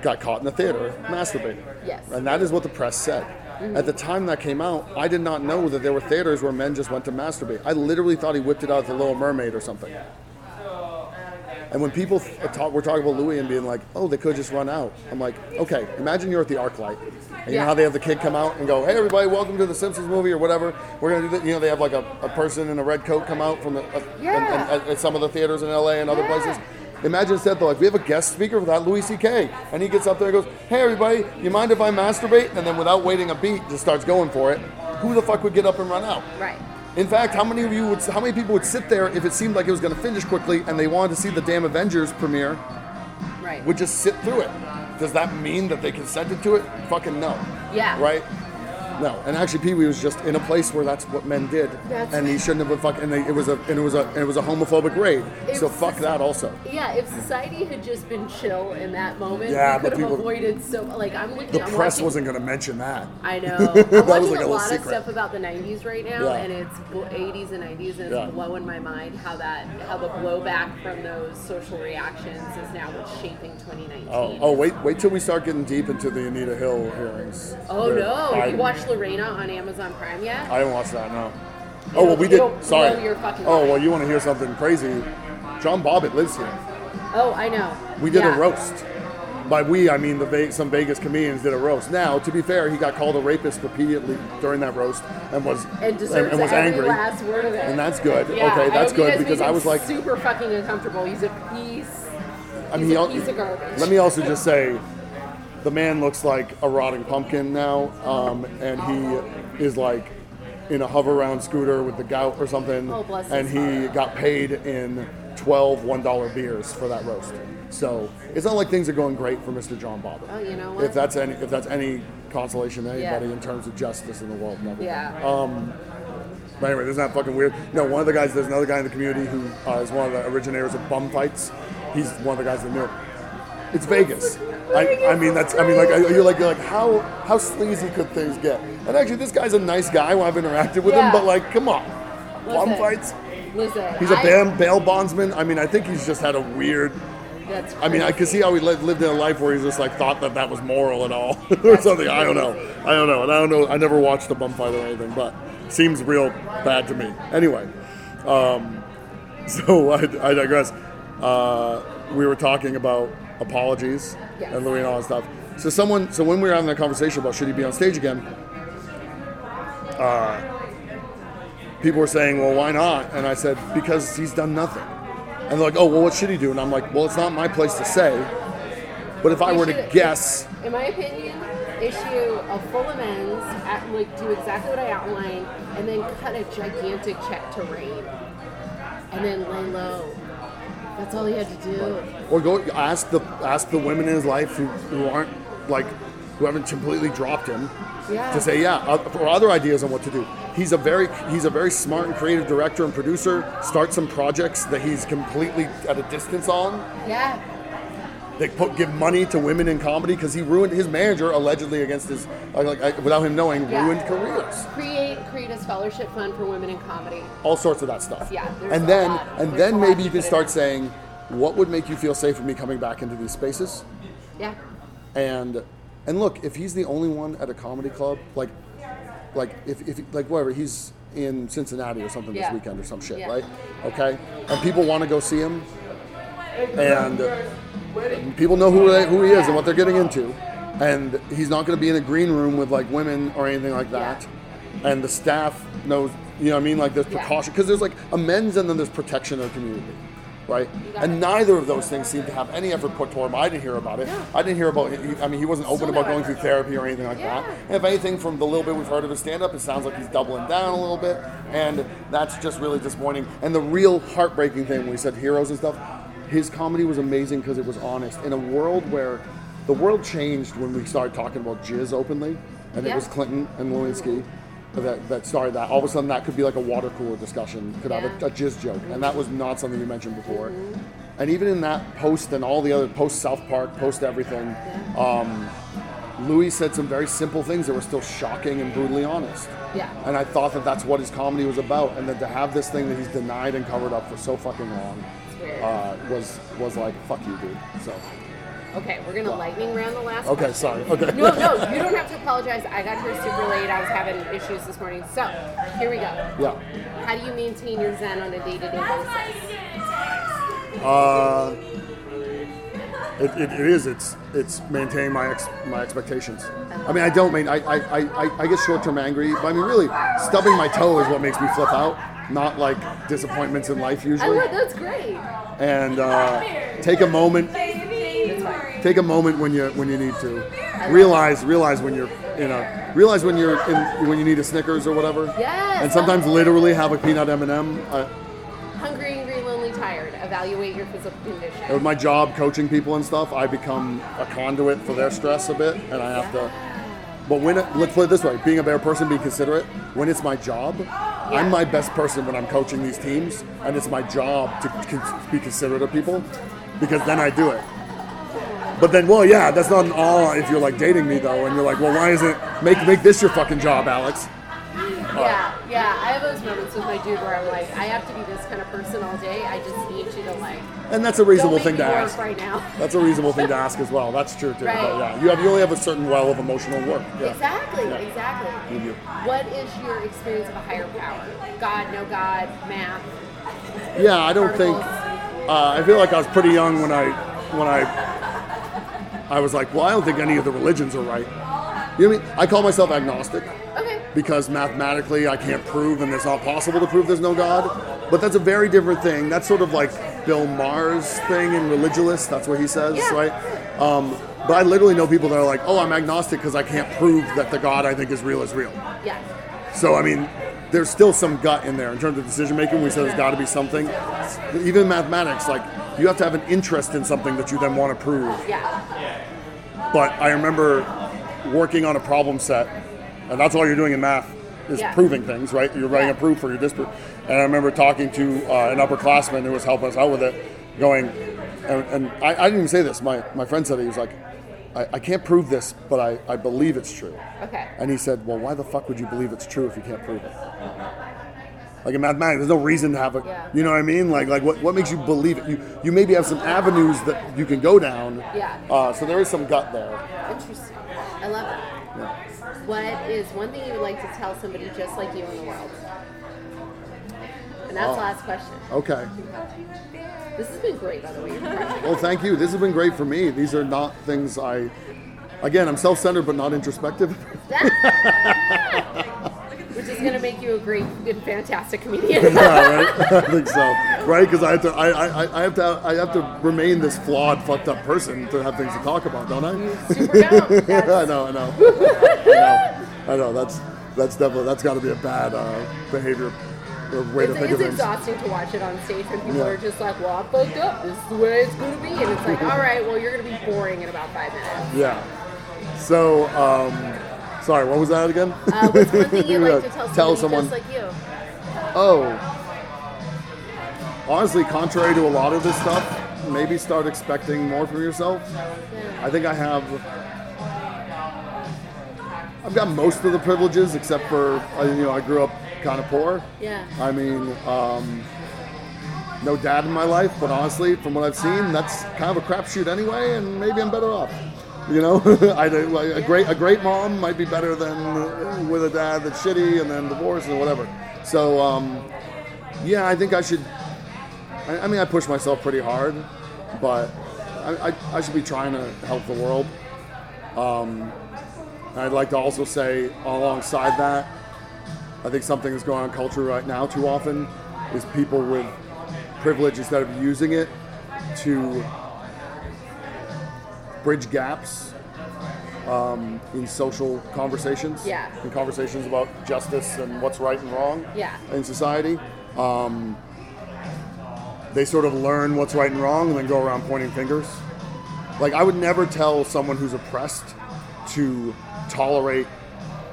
Speaker 2: got caught in the theater masturbating.
Speaker 1: Yes. Mm-hmm.
Speaker 2: And that is what the press said. At the time that came out, I did not know that there were theaters where men just went to masturbate. I literally thought he whipped it out of The Little Mermaid or something. And when people th- uh, talk, we're talking about Louis and being like, oh, they could just run out. I'm like, okay, imagine you're at the arc light. And you know
Speaker 1: Yeah.
Speaker 2: how they have the kid come out and go, hey, everybody, welcome to the Simpsons movie or whatever. We're going to do that. You know, they have like a, a person in a red coat come out from the, a, and-
Speaker 1: Yeah.
Speaker 2: and- at, at some of the theaters in LA and other
Speaker 1: Yeah.
Speaker 2: places. Imagine instead, though, like we have a guest speaker for that, Louis C.K., and he gets up there and goes, "Hey, everybody, you mind if I masturbate?" And then, without waiting a beat, just starts going for it. Who the fuck would get up and run out?
Speaker 1: right
Speaker 2: In fact, how many of you would, how many people would sit there if it seemed like it was going to finish quickly and they wanted to see the damn Avengers premiere?
Speaker 1: right
Speaker 2: Would just sit through it. Does that mean that they consented to it? Fucking no.
Speaker 1: Yeah.
Speaker 2: Right. No, and actually, Pee Wee was just in a place where that's what men did,
Speaker 1: That's-
Speaker 2: and he shouldn't have been fucking. And they, it was a, and it was a, and it was a homophobic raid.
Speaker 1: It
Speaker 2: so
Speaker 1: was-
Speaker 2: fuck that also.
Speaker 1: Yeah, if society had just been chill in that moment,
Speaker 2: Yeah,
Speaker 1: we
Speaker 2: but
Speaker 1: could have
Speaker 2: people-
Speaker 1: avoided so. Like I'm looking.
Speaker 2: The
Speaker 1: I'm
Speaker 2: press
Speaker 1: watching,
Speaker 2: wasn't going to mention that. [LAUGHS]
Speaker 1: I know. I'm
Speaker 2: was
Speaker 1: watching
Speaker 2: like a
Speaker 1: a
Speaker 2: little
Speaker 1: lot of
Speaker 2: secret.
Speaker 1: stuff about the '90s right now,
Speaker 2: Yeah.
Speaker 1: and it's bl- '80s and '90s, and
Speaker 2: Yeah.
Speaker 1: it's blowing my mind how that how the blowback from those social reactions is now what's shaping 2019.
Speaker 2: Oh, oh, wait, wait till we start getting deep into the Anita Hill hearings.
Speaker 1: Oh,
Speaker 2: They're-
Speaker 1: no!
Speaker 2: I,
Speaker 1: you watched Lorena on Amazon Prime yet?
Speaker 2: I didn't watch that. No. Oh well, we
Speaker 1: you
Speaker 2: did.
Speaker 1: don't
Speaker 2: Sorry.
Speaker 1: blow your fucking
Speaker 2: oh
Speaker 1: mind.
Speaker 2: well, you want to hear something crazy? John Bobbitt lives here.
Speaker 1: oh, I know.
Speaker 2: We did
Speaker 1: Yeah.
Speaker 2: a roast. By we, I mean the Ve- some Vegas comedians did a roast. Now, to be fair, he got called a rapist repeatedly during that roast and was
Speaker 1: And deserves
Speaker 2: and was
Speaker 1: every
Speaker 2: angry.
Speaker 1: last word of it.
Speaker 2: And that's good.
Speaker 1: Yeah,
Speaker 2: okay,
Speaker 1: I
Speaker 2: that's
Speaker 1: hope you
Speaker 2: good
Speaker 1: guys
Speaker 2: because
Speaker 1: made
Speaker 2: I
Speaker 1: him
Speaker 2: was like,
Speaker 1: super fucking uncomfortable. He's a piece.
Speaker 2: I mean,
Speaker 1: he's
Speaker 2: he
Speaker 1: a
Speaker 2: al-
Speaker 1: piece of garbage.
Speaker 2: let me uh, also just say, the man looks like a rotting pumpkin now, um, and he is like in a hover round scooter with the gout or something.
Speaker 1: Oh, bless his
Speaker 2: and he got paid in 12 one dollar beers for that roast. So it's not like things are going great for Mr. John Bobbitt.
Speaker 1: Oh, you know
Speaker 2: If
Speaker 1: what?
Speaker 2: that's any, if that's any consolation to
Speaker 1: Yeah.
Speaker 2: anybody in terms of justice in the world. and everything.
Speaker 1: Yeah.
Speaker 2: But anyway, this is not fucking weird. No, one of the guys, there's another guy in the community who uh, is one of the originators of bum fights. He's one of the guys that knew it. It's Vegas. I, I mean, that's. I mean, like, I- you're like, you're like, how how sleazy could things get? And actually, this guy's a nice guy. I've interacted with him,
Speaker 1: Yeah.
Speaker 2: but like, come on, bum
Speaker 1: Listen.
Speaker 2: fights.
Speaker 1: Listen,
Speaker 2: He's a
Speaker 1: I-
Speaker 2: bam, bail bondsman. I mean, I think he's just had a weird.
Speaker 1: That's
Speaker 2: I mean, I could
Speaker 1: crazy.
Speaker 2: see how he li- lived in a life where he's just like thought that that was moral at all [LAUGHS] or something. I don't know. I don't know. And I don't know. I never watched a bum fight or anything, but seems real bad to me. Anyway, um, [LAUGHS] so I, I digress. Uh, we were talking about apologies
Speaker 1: Yes.
Speaker 2: and Louis and all that stuff. So someone, so when we were having that conversation about should he be on stage again, uh, people were saying, well, why not? And I said, because he's done nothing. And they're like, oh, well, what should he do? And I'm like, well, it's not my place to say. But if I
Speaker 1: We
Speaker 2: were to
Speaker 1: should-
Speaker 2: guess,
Speaker 1: In my opinion, issue a full amends, at, like do exactly what I outlined, and then cut a gigantic check to Rain, and then lay low. That's all he had to do.
Speaker 2: or go ask the ask the women in his life who, who aren't like who haven't completely dropped him
Speaker 1: Yeah.
Speaker 2: to say yeah uh, or other ideas on what to do. He's a very he's a very smart and creative director and producer. Start some projects that he's completely at a distance on.
Speaker 1: Yeah.
Speaker 2: They put give money to women in comedy because he ruined his manager allegedly against his like, like I- without him knowing
Speaker 1: Yeah.
Speaker 2: ruined careers.
Speaker 1: Create create a scholarship fund for women in comedy.
Speaker 2: all sorts of that stuff.
Speaker 1: Yeah, there's
Speaker 2: and
Speaker 1: a
Speaker 2: then
Speaker 1: lot.
Speaker 2: and
Speaker 1: There's a
Speaker 2: then
Speaker 1: lot
Speaker 2: maybe
Speaker 1: to
Speaker 2: you can
Speaker 1: put in
Speaker 2: start
Speaker 1: there.
Speaker 2: saying, what would make you feel safe with me coming back into these spaces?
Speaker 1: Yeah.
Speaker 2: And and look, if he's the only one at a comedy club, like like if, if like whatever, he's in Cincinnati or something
Speaker 1: Yeah.
Speaker 2: this weekend or some shit,
Speaker 1: Yeah.
Speaker 2: right? Okay, and people want to go see him, and, and people know who they, who he is and what they're getting into, and he's not going to be in a green room with like women or anything like that, and the staff knows, you know, what I mean, like there's
Speaker 1: Yeah.
Speaker 2: precaution because there's like amends and then there's protection of the community. Right,
Speaker 1: got
Speaker 2: and
Speaker 1: it.
Speaker 2: neither of those things seem to have any effort put toward him. I didn't hear about it.
Speaker 1: No.
Speaker 2: I didn't hear about. I mean, he wasn't open
Speaker 1: Still
Speaker 2: about
Speaker 1: no
Speaker 2: going through
Speaker 1: effort.
Speaker 2: therapy or anything like that.
Speaker 1: Yeah.
Speaker 2: And if anything, from the little bit we've heard of his stand up, it sounds like he's doubling down a little bit. And that's just really disappointing. And the real heartbreaking thing when we said heroes and stuff, his comedy was amazing because it was honest. In a world where the world changed when we started talking about jizz openly, and it
Speaker 1: Yeah.
Speaker 2: was Clinton and Lewinsky that, that started that, all of a sudden that could be like a water cooler discussion, could have a,
Speaker 1: Yeah. Mm-hmm.
Speaker 2: a jizz joke. And that was not something you mentioned before. And even in that post and all the other post South Park, post everything, um, Louis said some very simple things that were still shocking and brutally honest.
Speaker 1: Yeah.
Speaker 2: And I thought that that's what his comedy was about. And then to have this thing that he's denied and covered up for so fucking long
Speaker 1: It's weird.
Speaker 2: uh, was was like fuck you, dude. So
Speaker 1: Okay, we're gonna lightning round the last.
Speaker 2: okay,
Speaker 1: question.
Speaker 2: sorry. Okay.
Speaker 1: [LAUGHS] No, no, you don't have to apologize. I got here super late. I was having issues this morning. So here we go.
Speaker 2: yeah.
Speaker 1: How do you maintain your zen on a day-to-day basis?
Speaker 2: Uh, it, it, it is. It's it's maintaining my ex, my expectations. I mean, I don't mean I I, I, I- I get short term angry, but I mean really stubbing my toe is what makes me flip out. Not like disappointments in life
Speaker 1: I
Speaker 2: usually.
Speaker 1: love that's great.
Speaker 2: and uh, take a moment. Take a moment when you when you need to. Realize realize when you're in a realize when you're in when you need a Snickers or whatever.
Speaker 1: Yes.
Speaker 2: And sometimes literally have a peanut M and m uh,
Speaker 1: Hungry, angry, lonely, tired. Evaluate your physical condition.
Speaker 2: With my job coaching people and stuff, I become a conduit for their stress a bit, and I have to. But when it, let's put it this way: being a better person, being considerate. When it's my job, I'm my best person when I'm coaching these teams, and it's my job to con- be considerate of people, because then I do it. But then, well, yeah, that's not an all. If you're like dating me though, and you're like, well, why is it make make this your fucking job, Alex?
Speaker 1: Yeah, yeah. I have those moments with my dude where I'm like, I have to be this kind of person all day. I just need you to like.
Speaker 2: And that's a
Speaker 1: Don't
Speaker 2: reasonable
Speaker 1: make
Speaker 2: thing
Speaker 1: me
Speaker 2: to
Speaker 1: work
Speaker 2: ask.
Speaker 1: right now. [LAUGHS]
Speaker 2: That's a reasonable thing to ask as well. That's true too.
Speaker 1: Right.
Speaker 2: But yeah, you have you only have a certain well of emotional work. Yeah.
Speaker 1: Exactly,
Speaker 2: Yeah.
Speaker 1: exactly.
Speaker 2: With you.
Speaker 1: What is your experience of a higher power? God, no God, math.
Speaker 2: Yeah, I don't think.
Speaker 1: Particles.
Speaker 2: Uh, I feel like I was pretty young when I when I I was like, well, I don't think any of the religions are right. You know what I mean? I call myself agnostic
Speaker 1: Okay.
Speaker 2: because mathematically I can't prove, and it's not possible to prove there's no God. But that's a very different thing. That's sort of like Bill Maher's thing in Religious. That's what he says,
Speaker 1: Yeah.
Speaker 2: right? Um, but I literally know people that are like, oh, I'm agnostic because I can't prove that the God I think is real is real.
Speaker 1: Yeah.
Speaker 2: So I mean, there's still some gut in there in terms of decision making. We said there's got to be something. Even mathematics, like you have to have an interest in something that you then want to prove.
Speaker 1: Yeah.
Speaker 2: But I remember working on a problem set, and that's all you're doing in math is
Speaker 1: Yeah.
Speaker 2: proving things, right? You're writing a
Speaker 1: Yeah.
Speaker 2: proof for your disproof. And I remember talking to uh, an upperclassman who was helping us out with it, going, and, and I, I didn't even say this. My my friend said it. He was like, I, I can't prove this, but I, I believe it's true.
Speaker 1: Okay.
Speaker 2: And he said, Well, why the fuck would you believe it's true if you can't prove it? Like in mathematics, there's no reason to have a,
Speaker 1: Yeah.
Speaker 2: you know what I mean? Like, like what, what makes you believe it? You, you maybe have some avenues that you can go down.
Speaker 1: Yeah.
Speaker 2: Uh, so there is some gut there.
Speaker 1: Interesting. I love that.
Speaker 2: Yeah.
Speaker 1: What is one thing you would like to tell somebody just like you in the world? And that's
Speaker 2: Oh.
Speaker 1: the last question.
Speaker 2: Okay.
Speaker 1: This has been great, by the way. You're perfect.
Speaker 2: Well, thank you. This has been great for me. These are not things I, again, I'm self-centered but not introspective. [LAUGHS]
Speaker 1: Which is going to make you a great, good, fantastic comedian. [LAUGHS]
Speaker 2: yeah, right. [LAUGHS] I think so. Right? Because I have to, I, I, I have to, I have to remain this flawed, fucked up person to have things to talk about, don't I?
Speaker 1: Super dope.
Speaker 2: [LAUGHS] Yeah, I know, I know. I know. I know. That's that's definitely that's got to be a bad uh, behavior or way to
Speaker 1: It's,
Speaker 2: think
Speaker 1: it's
Speaker 2: of things.
Speaker 1: exhausting to watch it on stage when people
Speaker 2: Yeah.
Speaker 1: are just like, well, I fucked up. This is the way it's going to be. And it's like, all right, well, you're going to be boring in about five
Speaker 2: [LAUGHS]
Speaker 1: minutes.
Speaker 2: Yeah. So, um, sorry. What was that again?
Speaker 1: Uh, what's one thing you'd like to tell,
Speaker 2: Tell
Speaker 1: somebody
Speaker 2: someone.
Speaker 1: just like you?
Speaker 2: oh. Honestly, contrary to a lot of this stuff, maybe start expecting more from yourself.
Speaker 1: Yeah.
Speaker 2: I think I have. I've got most of the privileges, except for uh, you know I grew up kind of poor.
Speaker 1: Yeah.
Speaker 2: I mean, um, no dad in my life, but honestly, from what I've seen, that's kind of a crapshoot anyway, and maybe I'm better off. You know, [LAUGHS] I, do- a great a great mom might be better than with a dad that's shitty and then divorce and whatever. So, um, yeah, I think I should. I, I mean, I push myself pretty hard, but I, I, I should be trying to help the world. Um, and I'd like to also say, alongside that, I think something that's going on in culture right now too often is people with privilege instead of using it to bridge gaps um, in social conversations
Speaker 1: Yeah.
Speaker 2: in conversations about justice and what's right and wrong
Speaker 1: Yeah.
Speaker 2: in society um, they sort of learn what's right and wrong and then go around pointing fingers like i would never tell someone who's oppressed to tolerate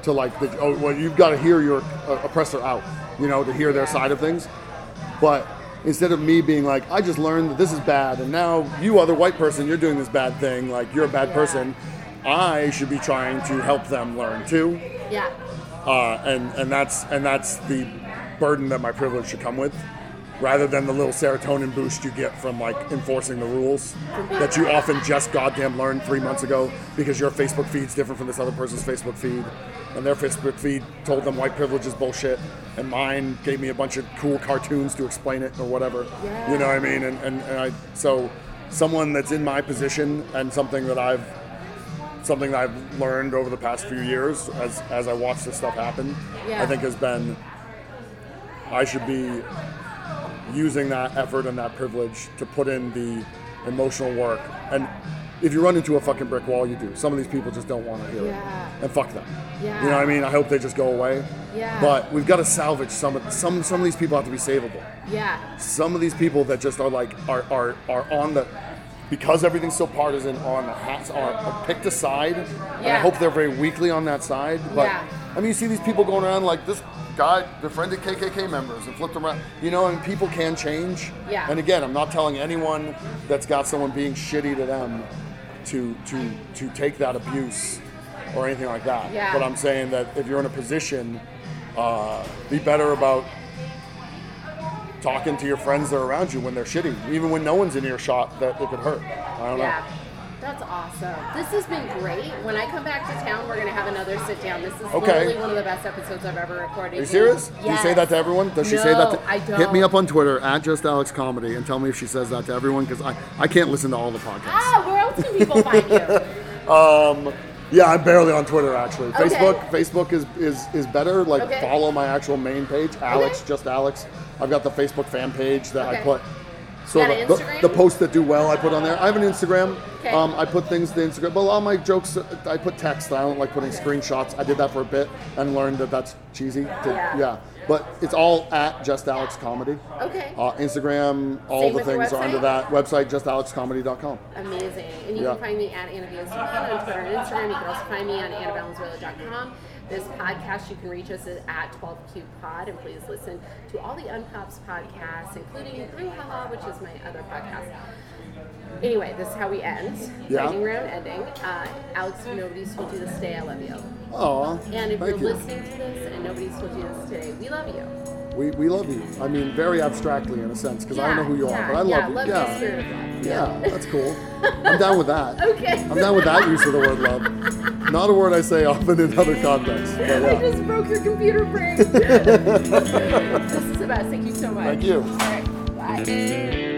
Speaker 2: to like the, oh well you've got to hear your uh, oppressor out you know to hear their side of things but instead of me being like i just learned that this is bad and now you other white person you're doing this bad thing like you're a bad
Speaker 1: Yeah.
Speaker 2: person i should be trying to help them learn too
Speaker 1: Yeah.
Speaker 2: uh, and and that's and that's the burden that my privilege should come with, rather than the little serotonin boost you get from like enforcing the rules that you often just goddamn learned three months ago because your Facebook feed's different from this other person's Facebook feed, and their Facebook feed told them white privilege is bullshit, and mine gave me a bunch of cool cartoons to explain it or whatever. You know what I mean? And and, and I so someone that's in my position and something that I've something that I've learned over the past few years as as I watch this stuff happen.
Speaker 1: Yeah.
Speaker 2: I think has been I should be using that effort and that privilege to put in the emotional work. And if you run into a fucking brick wall, you do. Some of these people just don't want to hear
Speaker 1: Yeah.
Speaker 2: it, and fuck them.
Speaker 1: Yeah.
Speaker 2: You know what I mean? I hope they just go away.
Speaker 1: Yeah.
Speaker 2: But we've got to salvage some of some some of these people have to be savable
Speaker 1: Yeah.
Speaker 2: some of these people that just are like are are, are on the because everything's so partisan on the hats are, are picked a side and i
Speaker 1: Yeah.
Speaker 2: hope they're very weakly on that side but
Speaker 1: Yeah.
Speaker 2: i mean you see these people going around like this guy befriended kkk members and flipped them around you know and people can change
Speaker 1: Yeah.
Speaker 2: and again i'm not telling anyone that's got someone being shitty to them to to to take that abuse or anything like that
Speaker 1: Yeah.
Speaker 2: but i'm saying that if you're in a position uh, be better about talking to your friends that are around you when they're shitty, even when no one's in earshot, that it could hurt. I don't
Speaker 1: Yeah. That's awesome. This has been great. When I come back to town, we're going to have another sit down. This is
Speaker 2: Okay.
Speaker 1: literally one of the best episodes I've ever recorded.
Speaker 2: know. Are you serious? Do you say
Speaker 1: Yes.
Speaker 2: that to everyone? Does she say that?
Speaker 1: No,
Speaker 2: To,
Speaker 1: I don't.
Speaker 2: Hit me up on Twitter at Just Alex Comedy and tell me if she says that to everyone because I, I can't listen to all the podcasts.
Speaker 1: Ah, where else can people find
Speaker 2: [LAUGHS]
Speaker 1: you?
Speaker 2: Um, yeah, I'm barely on Twitter actually.
Speaker 1: Okay.
Speaker 2: Facebook Facebook is, is is better. Like
Speaker 1: Okay.
Speaker 2: follow my actual main page, Alex
Speaker 1: Okay.
Speaker 2: Just Alex. I've got the Facebook fan page that I
Speaker 1: Okay.
Speaker 2: put. So
Speaker 1: got an
Speaker 2: the,
Speaker 1: Instagram?
Speaker 2: the, the posts that do well, I put on there. I have an Instagram.
Speaker 1: Okay.
Speaker 2: Um, I put things to Instagram, but a lot of my jokes, uh, I put text. I don't like putting screenshots. I did that for a bit and learned that that's cheesy. to-
Speaker 1: Yeah.
Speaker 2: But it's all at Just Alex Comedy.
Speaker 1: Okay.
Speaker 2: Uh, Instagram, all
Speaker 1: Same
Speaker 2: the
Speaker 1: with the
Speaker 2: things are under
Speaker 1: website?
Speaker 2: that. Website, justalexcomedy.com.
Speaker 1: Amazing. And you
Speaker 2: Yeah.
Speaker 1: can find me at Anna Valenzuela on Twitter and Instagram. You can also find me on AnnaValenzuela.com. This podcast, you can reach us at 12QPod. And please listen to all the Unpops podcasts, including Through Haha, which is my other podcast. Anyway, this is how we end.
Speaker 2: Yeah.
Speaker 1: Lightning round ending. Uh, Alex, nobody's told you this today. I love you.
Speaker 2: Aw,
Speaker 1: And if
Speaker 2: thank
Speaker 1: you're
Speaker 2: you.
Speaker 1: listening to this and nobody's told you this today, we love you.
Speaker 2: We, we love you. I mean, very abstractly in a sense, because I don't know who you
Speaker 1: yeah,
Speaker 2: are, but I
Speaker 1: yeah,
Speaker 2: love
Speaker 1: Love
Speaker 2: you.
Speaker 1: the spirit of love. [LAUGHS]
Speaker 2: Yeah, that's cool. I'm down with that.
Speaker 1: Okay.
Speaker 2: I'm down with that use of the word love. Not a word I say often in other contexts. But
Speaker 1: I [LAUGHS]
Speaker 2: yeah.
Speaker 1: just broke your computer [LAUGHS] brain. this is the best. Thank you so much.
Speaker 2: Thank you.
Speaker 1: All right. Bye.